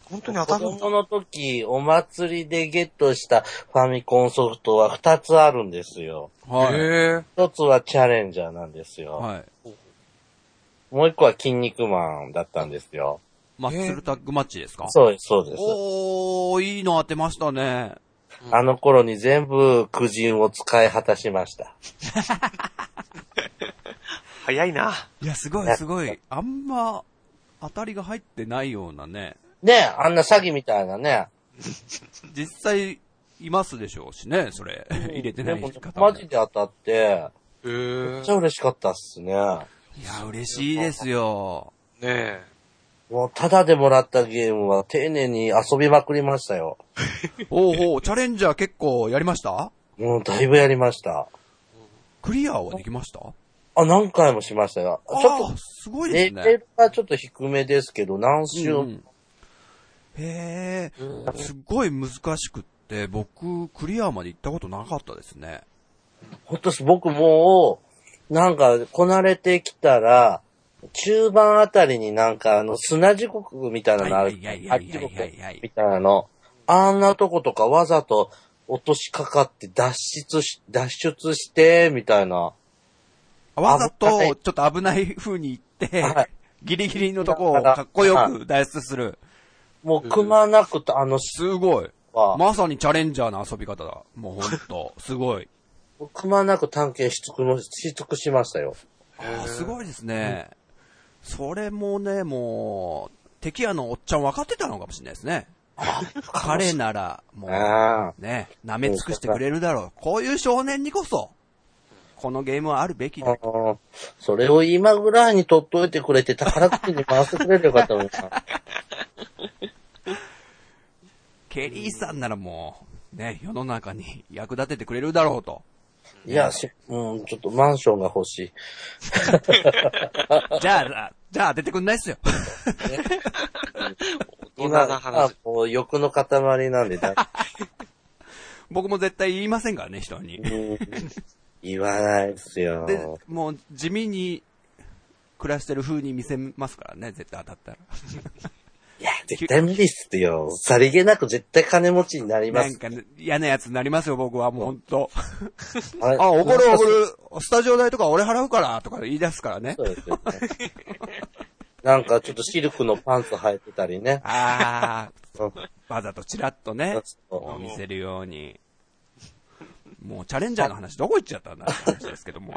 [SPEAKER 1] 本当に当
[SPEAKER 3] 子
[SPEAKER 1] たるんだ
[SPEAKER 3] 供。の時、お祭りでゲットしたファミコンソフトは2つあるんですよ。
[SPEAKER 2] はい。
[SPEAKER 1] へえ。
[SPEAKER 3] 1つはチャレンジャーなんですよ。
[SPEAKER 2] はい。
[SPEAKER 3] もう1個は筋肉マンだったんですよ。
[SPEAKER 2] マッスルタッグマッチですか
[SPEAKER 3] そうです、そうです。
[SPEAKER 2] おー、いいの当てましたね。
[SPEAKER 1] うん
[SPEAKER 3] あの頃に全部くじを使い果たしました。
[SPEAKER 1] 早いな。
[SPEAKER 2] いや、すごいすごい。あんま、当たりが入ってないようなね。
[SPEAKER 3] ねえ、あんな詐欺みたいなね。
[SPEAKER 2] 実際、いますでしょうしね、それ。入れてない
[SPEAKER 3] で
[SPEAKER 2] 方
[SPEAKER 3] も
[SPEAKER 2] も
[SPEAKER 3] マジ
[SPEAKER 2] ね。
[SPEAKER 3] で当たって、
[SPEAKER 1] へ
[SPEAKER 3] め
[SPEAKER 1] え
[SPEAKER 3] っち。ゃ嬉しかったっすね。
[SPEAKER 2] いや、嬉しいですよ。
[SPEAKER 1] ねえ。
[SPEAKER 3] もう、ただでもらったゲームは丁寧に遊びまくりましたよ。
[SPEAKER 2] おうおう、チャレンジャー結構やりました
[SPEAKER 3] もう、だいぶやりました。
[SPEAKER 2] クリアはできましたあ
[SPEAKER 3] あ、何回もしましたよ。
[SPEAKER 2] あ
[SPEAKER 3] ちょっ
[SPEAKER 2] ー、すご
[SPEAKER 3] と、
[SPEAKER 2] いで
[SPEAKER 3] レ
[SPEAKER 2] す
[SPEAKER 3] ベ
[SPEAKER 2] ね。
[SPEAKER 3] ルはちょっと低めですけど、何周、
[SPEAKER 2] うんへえ、すっごい難しくって、僕、クリアまで行ったことなかったですね。
[SPEAKER 3] ほんとす、僕もう、なんか、こなれてきたら、中盤あたりになんか、あの、砂地獄みたいなのある
[SPEAKER 2] はい。はい
[SPEAKER 3] あ
[SPEAKER 2] はい
[SPEAKER 3] 地
[SPEAKER 2] はいはい
[SPEAKER 3] 獄
[SPEAKER 2] はいはい
[SPEAKER 3] みたいなの。あんなとことかわざと落としかかって脱出し、脱出して、みたいな。
[SPEAKER 2] わざ
[SPEAKER 3] 危な
[SPEAKER 2] と、
[SPEAKER 3] い
[SPEAKER 2] ちょっと危ない風に行って
[SPEAKER 3] はい、
[SPEAKER 2] ギリギリのとこを
[SPEAKER 3] だから
[SPEAKER 2] かっこよく脱出する。
[SPEAKER 3] もうくまなくと、あの
[SPEAKER 2] すごい。
[SPEAKER 3] は、
[SPEAKER 2] まさにチャレンジャーな遊び方だ。もうほんと。すごい。
[SPEAKER 3] もうくまなく探検し尽くも、し尽くしましたよ。
[SPEAKER 2] ああ、すごいですね。それもね、もう、敵屋のおっちゃん分かってたのかもしれないですね。彼なら、もう、
[SPEAKER 3] ああ。
[SPEAKER 2] ね、舐め尽くしてくれるだろう。こういう少年にこそ、このゲームはあるべきだ。
[SPEAKER 3] ああそれを今ぐらいに取っといてくれて宝くじに回してくれればよかったのにな
[SPEAKER 2] ケリーさんならもう、ね、世の中に役立ててくれるだろうと。
[SPEAKER 3] いや、し、うん、ちょっとマンションが欲し
[SPEAKER 2] じゃあ、あじゃあ出てくんないっすよ。
[SPEAKER 3] い。
[SPEAKER 1] 大人な
[SPEAKER 3] あ
[SPEAKER 1] 話。
[SPEAKER 3] もう欲の塊なんでだ、
[SPEAKER 2] 僕も絶対言いませんからね、人に
[SPEAKER 3] う。ん言わないですよ。
[SPEAKER 2] で、もう地味に暮らしてる風に見せますからね、絶対当たったら。
[SPEAKER 3] いや、絶対無理っすよ。さりげなく絶対金持ちになりま
[SPEAKER 2] な
[SPEAKER 3] す
[SPEAKER 2] ん。かね嫌なやつになりますよ、僕は、もうほんと。
[SPEAKER 3] あれ
[SPEAKER 2] あ、怒る怒。る、スタジオ代とか俺払うから、とか言い出すからね
[SPEAKER 3] そ。うですよね。なんかちょっとシルクのパンツ履いてたりね。
[SPEAKER 2] あ
[SPEAKER 3] うん
[SPEAKER 2] あ、わざとチラッとね、
[SPEAKER 3] そう
[SPEAKER 2] 見せるように。もうチャレンジャーの話どこ行っちゃったんだって話ですけども。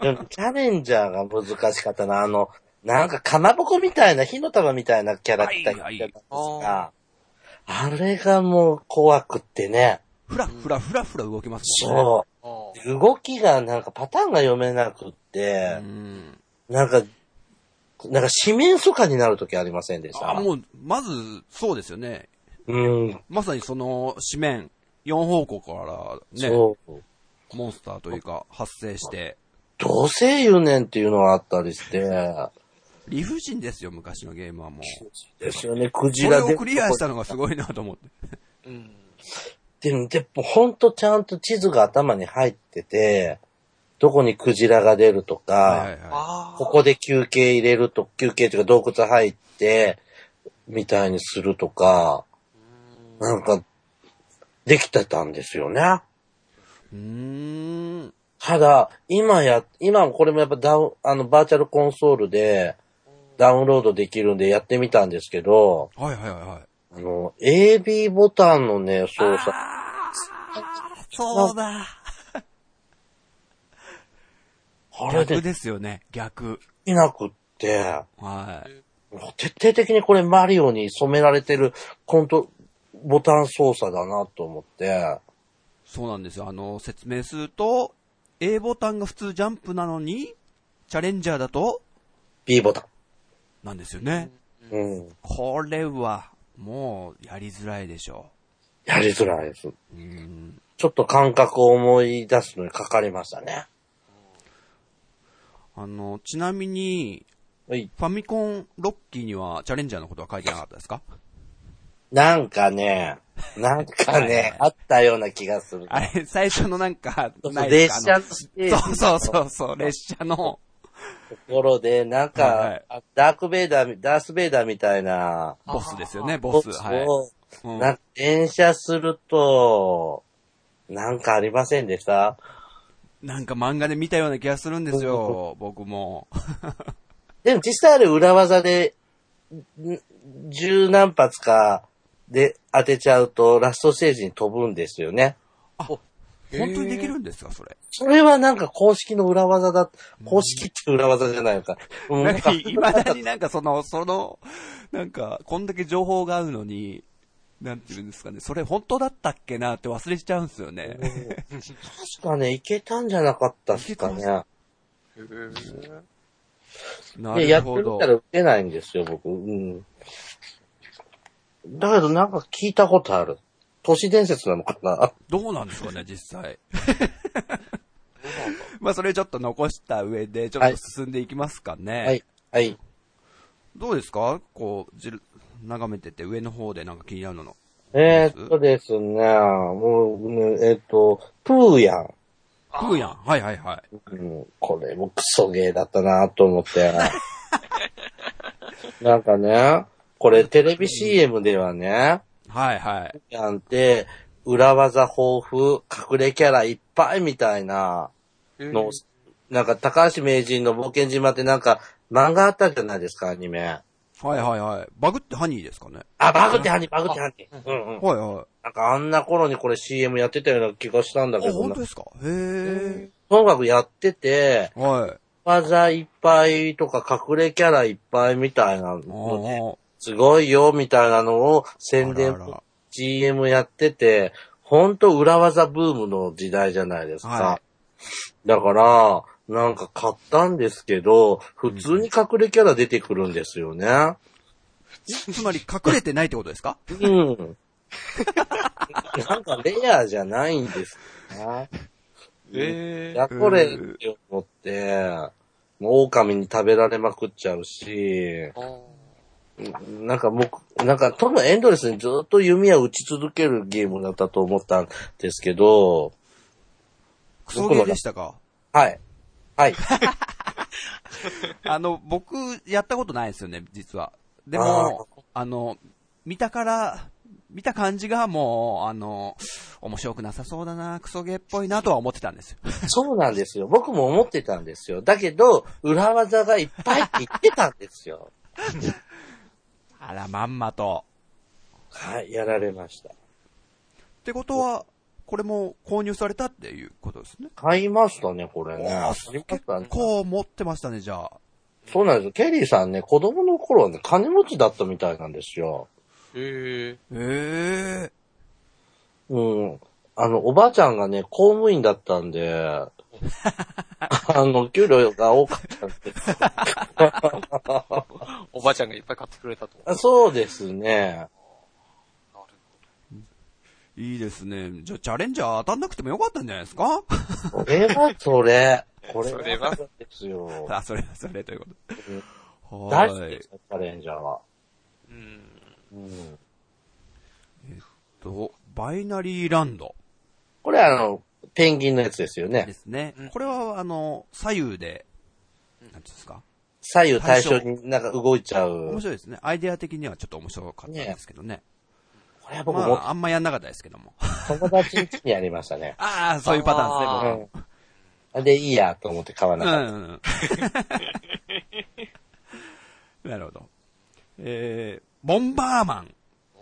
[SPEAKER 3] でもチャレンジャーが難しかったな。あの、なんかかまぼこみたいな、火の玉みたいなキャラクターがいたんですが、
[SPEAKER 1] はい
[SPEAKER 3] あれがもう怖くってね。
[SPEAKER 2] ふらふらふらふら動きますもんね。
[SPEAKER 3] そ
[SPEAKER 1] あー
[SPEAKER 3] う。動きがなんかパターンが読めなくって、
[SPEAKER 2] うん。
[SPEAKER 3] なんか、なんか四面楚歌になる時ありませんでした。
[SPEAKER 2] あ、もう、まず、そうですよね。
[SPEAKER 3] うん、
[SPEAKER 2] まさにその、紙面、4方向からね、
[SPEAKER 3] そう。
[SPEAKER 2] モンスターというか、発生して、
[SPEAKER 3] どうせ言うねんっていうのがあったりして、
[SPEAKER 2] 理不尽ですよ、昔のゲームはもう。
[SPEAKER 3] ですよね、クジ
[SPEAKER 2] これ
[SPEAKER 3] ラで。
[SPEAKER 2] をクリアしたのがすごいなと思って。
[SPEAKER 1] うん。
[SPEAKER 3] でも、でも、ほんとちゃんと地図が頭に入ってて、どこにクジラが出るとか、
[SPEAKER 2] はいはいは
[SPEAKER 1] ああ。
[SPEAKER 3] ここで休憩入れると、休憩というか洞窟入って、みたいにするとか、なんか、できてたんですよ
[SPEAKER 2] い。
[SPEAKER 3] ね。
[SPEAKER 2] うーん。
[SPEAKER 3] ただ、今や、今これもやっぱダウン、あの、バーチャルコンソールで、ダウンロードできるんでやってみたんですけど、
[SPEAKER 2] はいはいはい。
[SPEAKER 3] あの、AB ボタンのね、操作、
[SPEAKER 2] ああ、そうだ。
[SPEAKER 3] あれで
[SPEAKER 2] 逆
[SPEAKER 3] で
[SPEAKER 2] ですよね、逆。
[SPEAKER 3] きなくって、
[SPEAKER 2] はい。
[SPEAKER 3] もう徹底的にこれマリオに染められてるコント、ボタン操作だなと思って、
[SPEAKER 2] そうなんですよ。あの、説明すると、A ボタンが普通ジャンプなのに、チャレンジャーだと、
[SPEAKER 3] B ボタン。
[SPEAKER 2] なんですよね。
[SPEAKER 3] うん。
[SPEAKER 2] これは、もう、やりづらいでしょ
[SPEAKER 3] やりづらいです。
[SPEAKER 2] う。うーん。
[SPEAKER 3] ちょっと感覚を思い出すのにかかりましたね。
[SPEAKER 2] あの、ちなみに、
[SPEAKER 3] はい。
[SPEAKER 2] ファミコンロッキーにはチャレンジャーのことは書いてなかったですか
[SPEAKER 3] なんかね、なんかね、あったような気がする。
[SPEAKER 2] あれ、最初のなんか、ないで
[SPEAKER 3] 列
[SPEAKER 2] すかあ
[SPEAKER 3] 車のステージ
[SPEAKER 2] のそうそう
[SPEAKER 3] の
[SPEAKER 2] そうそう、列車の、
[SPEAKER 3] ところで、なんか、
[SPEAKER 2] はいはい
[SPEAKER 3] あダークベイダーみ、ダースベイダーみたいな、
[SPEAKER 2] ボスですよね、ボス。はい。
[SPEAKER 3] を、
[SPEAKER 2] うん
[SPEAKER 3] なんか連射すると、なんかありませんでした
[SPEAKER 2] なんか漫画で見たような気がするんですよ、僕も。
[SPEAKER 3] でも実際あれ裏技で、ん十何発かで当てちゃうとラストステージに飛ぶんですよね。
[SPEAKER 2] 本当にできるんですか、それ。
[SPEAKER 3] それはなんか公式の裏技だ、公式って裏技じゃないのか。うん
[SPEAKER 2] なんか、未だになんかその、その、なんか、こんだけ情報が合うのに、なんていうんですかね、それ本当だったっけなって忘れちゃうんですよね。
[SPEAKER 3] 確かね、いけたんじゃなかったっすか
[SPEAKER 2] いけ
[SPEAKER 3] ね。
[SPEAKER 2] な
[SPEAKER 3] で、や
[SPEAKER 2] る
[SPEAKER 3] って
[SPEAKER 2] ほ
[SPEAKER 3] み
[SPEAKER 2] ど
[SPEAKER 3] た。ら打てないんですよ、僕。うん。だけどなんか聞いたことある。都市伝説なのかな
[SPEAKER 2] どうなんですかね、実際。 まあ、それちょっと残した上で、ちょっと進んでいきますかね。
[SPEAKER 3] はい。はい。
[SPEAKER 2] どうですかこう、じる、眺めてて上の方でなんか気になるのの。
[SPEAKER 3] えー、っとですね、もう、うんえーっと、プーヤン。
[SPEAKER 2] 食うやん。はいはいはい。
[SPEAKER 3] うんこれもクソゲーだったなと思って。 なんかね、これテレビ CM ではね、
[SPEAKER 2] はいはい。
[SPEAKER 3] なんて、裏技豊富、隠れキャラいっぱいみたいなの、なんか高橋名人の冒険島ってなんか漫画あったじゃないですか、アニメ。
[SPEAKER 2] はいはいはい。バグってハニーですかね。
[SPEAKER 3] あ、バグってハニー、バグってハニー。うんうん。
[SPEAKER 2] はいはい。
[SPEAKER 3] なんかあんな頃にこれ CM やってたような気がしたんだけ
[SPEAKER 2] あ、
[SPEAKER 3] ど
[SPEAKER 2] 本
[SPEAKER 3] な
[SPEAKER 2] 当。ですかへ
[SPEAKER 3] ともかくやってて、
[SPEAKER 2] え。はい。
[SPEAKER 3] 技いっぱいとか隠れキャラいっぱいみたいな
[SPEAKER 2] あ
[SPEAKER 3] ので、
[SPEAKER 2] ー
[SPEAKER 3] すごいよみたいなのを宣
[SPEAKER 2] あ
[SPEAKER 3] 伝
[SPEAKER 2] らあら
[SPEAKER 3] GM やってて、ほんと裏技ブームの時代じゃないですか。
[SPEAKER 2] は
[SPEAKER 3] だから、なんか買ったんですけど、普通に隠れキャラ出てくるんですよね。
[SPEAKER 2] つまり隠れてないってことですか
[SPEAKER 3] うん。なんかレアじゃないんですよね。
[SPEAKER 1] え
[SPEAKER 3] やこれって思って、もう狼に食べられまくっちゃうし、
[SPEAKER 1] ー。あ
[SPEAKER 3] なんかもう、なんか多分エンドレスにずっと弓矢打ち続けるゲームだったと思ったんですけど、
[SPEAKER 2] クソゲーでしたか
[SPEAKER 3] はい。はい。
[SPEAKER 2] あの、僕、やったことないですよね、実は。で
[SPEAKER 3] あ
[SPEAKER 2] も、あの、見たから、見た感じがもう、あの、面白くなさそうだな、クソゲーっぽいなとは思ってたんですよ。
[SPEAKER 3] そうなんですよ。僕も思ってたんですよ。だけど、裏技がいっぱいって言ってたんですよ。
[SPEAKER 2] あら、まんまと。
[SPEAKER 3] はい、やられました。
[SPEAKER 2] ってことは、これも購入されたっていうことですね。
[SPEAKER 3] 買いましたね、これね。
[SPEAKER 2] あ
[SPEAKER 3] 買いま
[SPEAKER 2] 結
[SPEAKER 3] したね
[SPEAKER 2] 構持ってましたね、じゃあ。
[SPEAKER 3] そうなんですよ。ケリーさんね、子供の頃はね、金持ちだったみたいなんですよ。
[SPEAKER 1] え
[SPEAKER 2] ええ
[SPEAKER 3] うん。あの、おばあちゃんがね、公務員だったん で、あの、給料が多かったんで。
[SPEAKER 1] ー。おばあちゃんがいっぱい買ってくれたと。な
[SPEAKER 3] あそうですね。
[SPEAKER 1] る
[SPEAKER 2] いいですね。じゃあ、チャレンジャー当たんなくてもよかったんじゃないですか
[SPEAKER 3] これは それ。これ
[SPEAKER 1] それは
[SPEAKER 3] ですよ。
[SPEAKER 2] あ、それはそれということ。は
[SPEAKER 3] 大好き
[SPEAKER 2] ー
[SPEAKER 3] で
[SPEAKER 2] い
[SPEAKER 3] す。よ、チャレンジャーは。
[SPEAKER 1] ほど。うん。
[SPEAKER 3] うん。
[SPEAKER 2] と、バイナリーランド
[SPEAKER 3] これあの、ペンギンのやつですよ
[SPEAKER 2] で
[SPEAKER 3] ね。
[SPEAKER 2] すね
[SPEAKER 1] うん。
[SPEAKER 2] これは、あの、左右で、なんていうんですか
[SPEAKER 3] 左右対称になんか動いちゃう
[SPEAKER 2] 面。白いですね。アイデア的にはちょっと面白かったんですけどね。
[SPEAKER 3] これは僕
[SPEAKER 2] ま
[SPEAKER 3] も
[SPEAKER 2] あ、あんまやんなかったですけ ども。。
[SPEAKER 3] 友達ん家にありましたね
[SPEAKER 2] ああ、そういうパターンですね、
[SPEAKER 3] うん。で、いいやと思って買わな
[SPEAKER 2] 僕
[SPEAKER 3] かった。
[SPEAKER 2] は。うんうんうん。 なるほど。えー、ボンバーマン。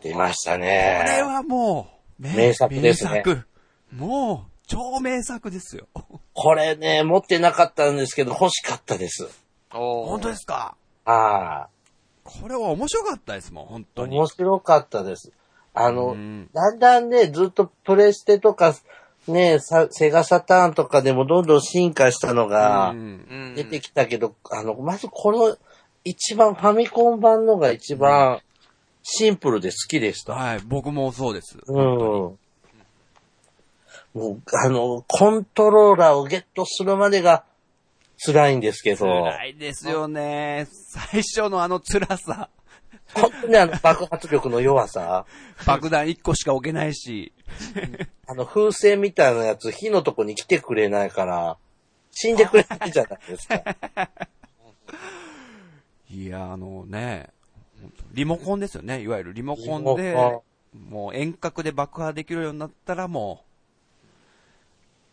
[SPEAKER 3] 出ました
[SPEAKER 2] こ
[SPEAKER 3] ね。
[SPEAKER 2] れはもう、め
[SPEAKER 3] 名作ですね
[SPEAKER 2] 名作もう、超名作ですよ。
[SPEAKER 3] これね、持ってなかったんですけど、欲しかったです。
[SPEAKER 1] おー
[SPEAKER 2] 本当ですか
[SPEAKER 3] ああ。
[SPEAKER 2] これは面白かったですもん、本当に。
[SPEAKER 3] 面白かったです。あ
[SPEAKER 2] う
[SPEAKER 3] の、
[SPEAKER 2] ん
[SPEAKER 3] だんだんね、ずっとプレステとか、ね、さセガサターンとかでもどんどん進化したのが
[SPEAKER 2] うん
[SPEAKER 1] うん。
[SPEAKER 3] 出てきたけど、あの、まずこの、一番、ファミコン版のが一番シンプルで好きでした。
[SPEAKER 2] はい、僕もそうです。
[SPEAKER 3] うん。もう、あの、コントローラーをゲットするまでが辛いんですけど。
[SPEAKER 2] 辛いですよね。最初のあの辛さ。
[SPEAKER 3] 本当にあの爆発力の弱さ、
[SPEAKER 2] 爆弾1個しか置けないし。
[SPEAKER 3] あの風船みたいなやつ火のとこに来てくれないから、死んでくれないじゃないですか。
[SPEAKER 2] いや、あのね、本当リモコンですよね。いわゆるリモコン
[SPEAKER 3] リ
[SPEAKER 2] で
[SPEAKER 3] モ、
[SPEAKER 2] もう遠隔で爆破できるようになったらも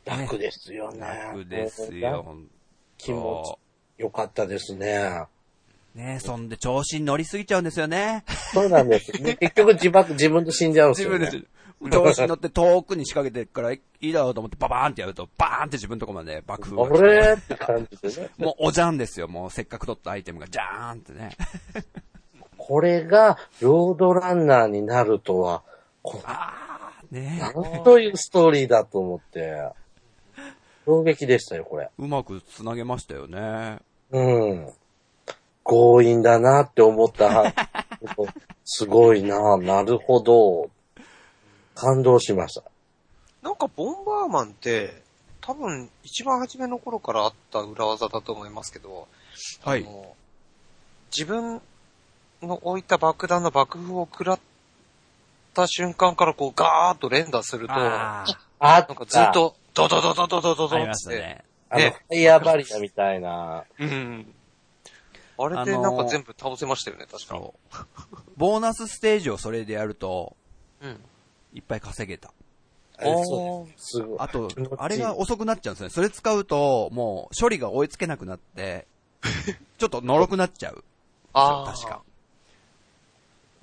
[SPEAKER 3] 楽ですよ
[SPEAKER 2] う、
[SPEAKER 3] ね。
[SPEAKER 2] 楽ですよ。。本当
[SPEAKER 3] 気持ちよかったですね。
[SPEAKER 2] ねそんで調子に乗りすぎちゃうんですよね。
[SPEAKER 3] そうな んです。で結局自爆、自分で死んじゃうんです
[SPEAKER 2] 自
[SPEAKER 3] よ、ね。
[SPEAKER 2] 分で。調子に乗って遠くに仕掛けてるからいいだろうと思ってババーンってやると、バーンって自分のとこまで爆風が来
[SPEAKER 3] あ
[SPEAKER 2] て
[SPEAKER 3] れって感じでね。
[SPEAKER 2] もうおじゃんですよ。もうせっかく取ったアイテムがジャーンってね。
[SPEAKER 3] これが、ロードランナーになるとは、こ
[SPEAKER 2] あー、ね
[SPEAKER 3] なんというストーリーだと思って、衝撃でしたよ、これ。
[SPEAKER 2] うまく繋げましたよね。
[SPEAKER 3] うん。強引だなって思った。 すごいな、なるほど。感動しました。
[SPEAKER 1] なんか、ボンバーマンって、多分、一番初めの頃からあった裏技だと思いますけど、
[SPEAKER 2] は
[SPEAKER 1] あ。の自分の置いた爆弾の爆風を食らった瞬間から、こう、ガーッと連打すると、な
[SPEAKER 2] あ
[SPEAKER 1] ん
[SPEAKER 3] あっ
[SPEAKER 1] かずっ。と、ドドドドドドド
[SPEAKER 2] ー、
[SPEAKER 1] ド
[SPEAKER 2] あり
[SPEAKER 1] っ
[SPEAKER 2] ま
[SPEAKER 1] つ
[SPEAKER 2] し
[SPEAKER 1] ったて、
[SPEAKER 2] ね。
[SPEAKER 3] あの、ファイヤーバリアみたいな。
[SPEAKER 1] うん。あれでなんか全部倒せましたよね、確か。
[SPEAKER 2] そう。ボーナスステージをそれでやると、
[SPEAKER 1] うん。
[SPEAKER 2] いっぱい稼げた。
[SPEAKER 3] あれそうです。すごい。
[SPEAKER 2] あと
[SPEAKER 3] 気持ちいい、
[SPEAKER 2] あれが遅くなっちゃうんですね。それ使うと、もう処理が追いつけなくなって、ちょっとのろくなっちゃう。
[SPEAKER 1] ああ。
[SPEAKER 2] 確か。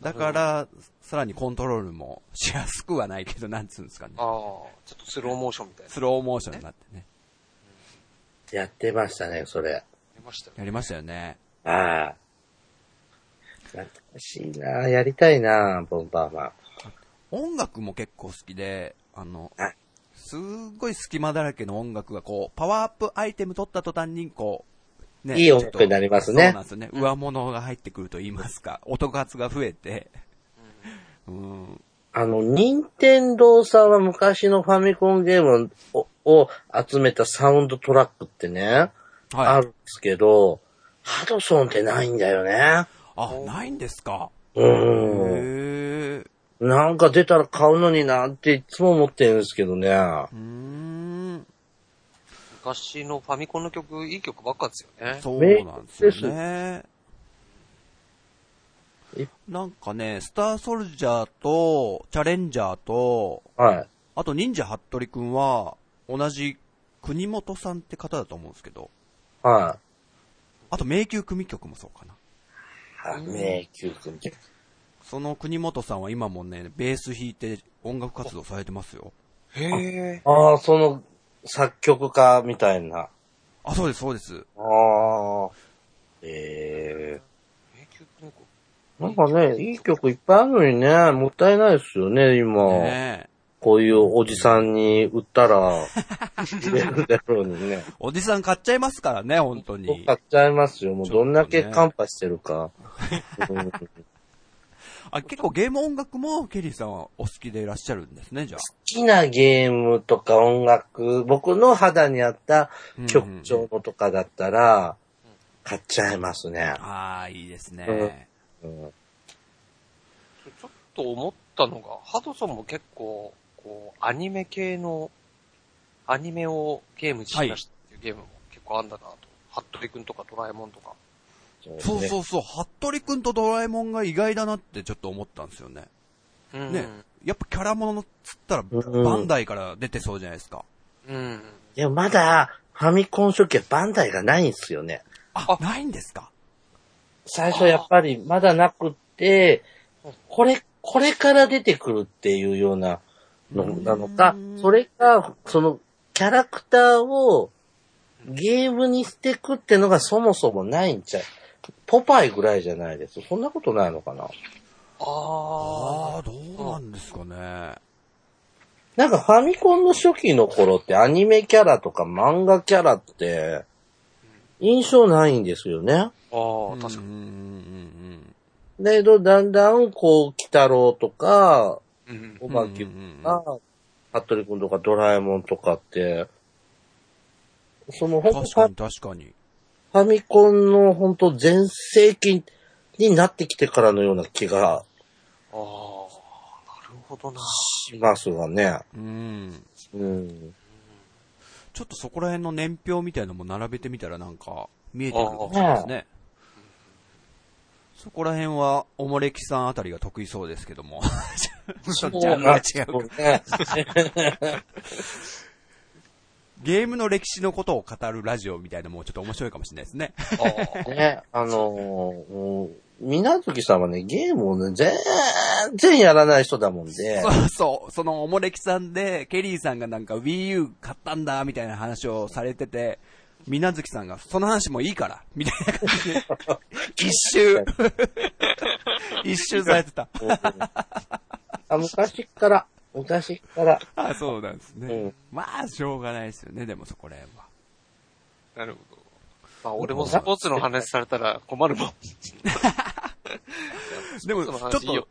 [SPEAKER 2] だから、さらにコントロールもしやすくはないけど、なんつうんですかね
[SPEAKER 1] あ。あ、ちょっとスローモーションみたいな。
[SPEAKER 2] スローモーションになってね。
[SPEAKER 3] やってましたね、それ。
[SPEAKER 1] 出ましたよね。
[SPEAKER 2] やりましたよね。
[SPEAKER 3] ああ。懐かしいなやりたいなボンバーマン。
[SPEAKER 2] 音楽も結構好きで、あの
[SPEAKER 3] はい、
[SPEAKER 2] すっごい隙間だらけの音楽がこう、パワーアップアイテム取った途端にこう、ね
[SPEAKER 3] いい音楽になりますね
[SPEAKER 2] そうなんですよね。上物が入ってくると言いますか、音数が増えて、うん。
[SPEAKER 3] あの、任天堂さんは昔のファミコンゲームをを集めたサウンドトラックってね、あ
[SPEAKER 2] はい
[SPEAKER 3] る。んですけど、ハドソンってないんだよね。
[SPEAKER 2] あ、ないんですか。
[SPEAKER 3] うん。
[SPEAKER 2] へえ。
[SPEAKER 3] なんか出たら買うのになっていつも思ってるんですけどね。
[SPEAKER 2] うーん。
[SPEAKER 1] 昔のファミコンの曲、いい曲ばっかですよね。
[SPEAKER 2] そうなんですよね
[SPEAKER 3] え。
[SPEAKER 2] なんかね、スターソルジャーと、チャレンジャーと、
[SPEAKER 3] はい。
[SPEAKER 2] あと忍者ハットリくんは、同じ国本さんって方だと思うんですけど、
[SPEAKER 3] は
[SPEAKER 2] あと迷宮組曲もそうかな。
[SPEAKER 3] い。迷宮君。
[SPEAKER 2] その国本さんは今もね、ベース弾いて音楽活動されてますよ。
[SPEAKER 1] へえ。
[SPEAKER 3] ああ、その、作曲家みたいな。
[SPEAKER 2] あ、そうです、そうです。
[SPEAKER 3] ああ。ええ
[SPEAKER 1] 迷宮組曲。
[SPEAKER 3] なんかね、いい曲いっぱいあるのにね、もったいないですよね、今。
[SPEAKER 2] ねえ
[SPEAKER 3] こういうおじさんに売ったら、売れるだろうにね。
[SPEAKER 2] おじさん買っちゃいますからね、本当に
[SPEAKER 3] 買。っちゃいますよ。もう
[SPEAKER 2] ちょっ
[SPEAKER 3] ど
[SPEAKER 2] とね
[SPEAKER 3] んだけカンパしてるか。うん
[SPEAKER 2] あ、結構ゲーム音楽もケリーさんはお好きでいらっしゃるんですね、じゃあ。
[SPEAKER 3] 好きなゲームとか音楽、僕の肌に合った曲
[SPEAKER 2] うん
[SPEAKER 3] 調のとかだったら、買っちゃいますね。
[SPEAKER 2] ああ、いいですね。
[SPEAKER 3] うん
[SPEAKER 1] ちょっと思ったのが、ハドソンも結構、こう、アニメ系の、アニメをゲームにしましたっていうゲームも結構あんだなと。ハットリくんとかドラえもんとか。
[SPEAKER 2] そうそうそう、服部くんとドラえもんが意外だなってちょっと思ったんですよね。
[SPEAKER 1] うん。
[SPEAKER 2] ね、やっぱキャラものっつったら、
[SPEAKER 3] うん
[SPEAKER 2] バンダイから出てそうじゃないですか。
[SPEAKER 1] うん。
[SPEAKER 3] でもまだ、ファミコン初期はバンダイがないんですよね。
[SPEAKER 2] あ、ないんですか
[SPEAKER 3] 最初やっぱりまだなくって
[SPEAKER 1] あー、
[SPEAKER 3] これ、これから出てくるっていうようなの
[SPEAKER 2] うん
[SPEAKER 3] なのか、それか、そのキャラクターをゲームにしてくってのがそもそもないんちゃう。ポパイぐらいじゃないです。そんなことないのかな。
[SPEAKER 1] あ
[SPEAKER 2] あ
[SPEAKER 1] あ
[SPEAKER 2] あ、。どうなんですかね。
[SPEAKER 3] なんかファミコンの初期の頃ってアニメキャラとか漫画キャラって印象ないんですよね。
[SPEAKER 1] あ
[SPEAKER 2] う
[SPEAKER 1] あ、
[SPEAKER 2] ん
[SPEAKER 1] 確か
[SPEAKER 2] う
[SPEAKER 1] に。
[SPEAKER 2] んうん
[SPEAKER 3] だけど、だんだん、こう、鬼太郎とか、
[SPEAKER 1] うん。
[SPEAKER 3] お
[SPEAKER 2] うん。
[SPEAKER 3] ばきゅ
[SPEAKER 2] うんうんうん
[SPEAKER 3] ああ、服部くんとかドラえもんとかって、その本
[SPEAKER 2] 確
[SPEAKER 3] 当
[SPEAKER 2] か
[SPEAKER 3] フ
[SPEAKER 2] に確かに。
[SPEAKER 3] ァミコンの本当全盛期になってきてからのような気が
[SPEAKER 1] ああ、なるほどな。
[SPEAKER 3] しますがね。
[SPEAKER 2] うん。
[SPEAKER 3] うん。
[SPEAKER 2] ちょっとそこら辺の年表みたいのも並べてみたらなんか、見えてくるかもしれないですね。そこら辺は、おもれきさんあたりが得意そうですけども。 ちょっとジャンルが違うか
[SPEAKER 3] そうね。
[SPEAKER 2] ゲームの歴史のことを語るラジオみたいなのもちょっと面白いかもしれないですね。
[SPEAKER 1] ああ。
[SPEAKER 3] ね、あのー、うん皆月さんはね、ゲームをね、全然やらない人だもん で
[SPEAKER 2] そ、うそう、そのおもれきさんで、ケリーさんがなんか Wii U 買ったんだ、みたいな話をされてて、みなずきさんが、その話もいいから、みたいな感 じで、一周、 一周されてた。
[SPEAKER 3] あ昔っから、昔っから、
[SPEAKER 2] あ、そうなんです
[SPEAKER 3] う
[SPEAKER 2] ね
[SPEAKER 3] ん。
[SPEAKER 2] まあ、しょうがないですよね、でもそこら辺は。
[SPEAKER 1] なるほど。まあ、俺もスポーツの話されたら困るもん。
[SPEAKER 2] でも、
[SPEAKER 1] そ
[SPEAKER 2] ち
[SPEAKER 1] の話い
[SPEAKER 2] ょっ
[SPEAKER 1] いよ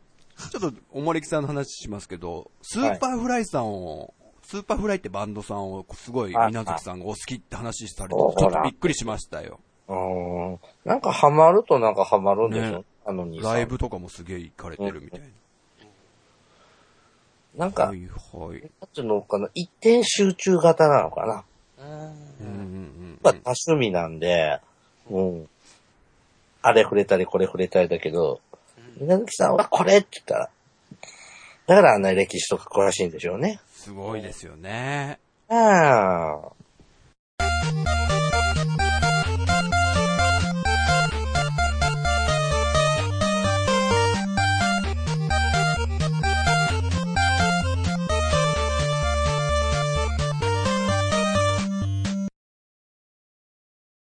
[SPEAKER 2] と、ちょっと、おもれきさんの話しますけど、スーパーフライさんを、スーパーフライってバンドさんを、すごい、
[SPEAKER 3] あ
[SPEAKER 2] みなずきさんがお好きって話されて、ち
[SPEAKER 3] ほ
[SPEAKER 2] ょ
[SPEAKER 3] ら
[SPEAKER 2] っとびっくりしましたよ。
[SPEAKER 3] うん、なんかハマるとなんかハマるんでしょ、
[SPEAKER 2] ね
[SPEAKER 3] あの兄さん。
[SPEAKER 2] ライブとかもすげえ行かれてるみたいな。
[SPEAKER 3] なんか
[SPEAKER 2] は、いはい。
[SPEAKER 3] なんていうのかな、一点集中型なのかな。やっ
[SPEAKER 2] うんうんうんう
[SPEAKER 3] ぱ
[SPEAKER 2] ん。
[SPEAKER 3] 多趣味なんで、うん。あれ触れたりこれ触れたりだけど、稲月さんはこれって言ったら、だからあんな歴史とか詳しいんでしょうね。
[SPEAKER 2] すごいですよね。
[SPEAKER 3] ああ。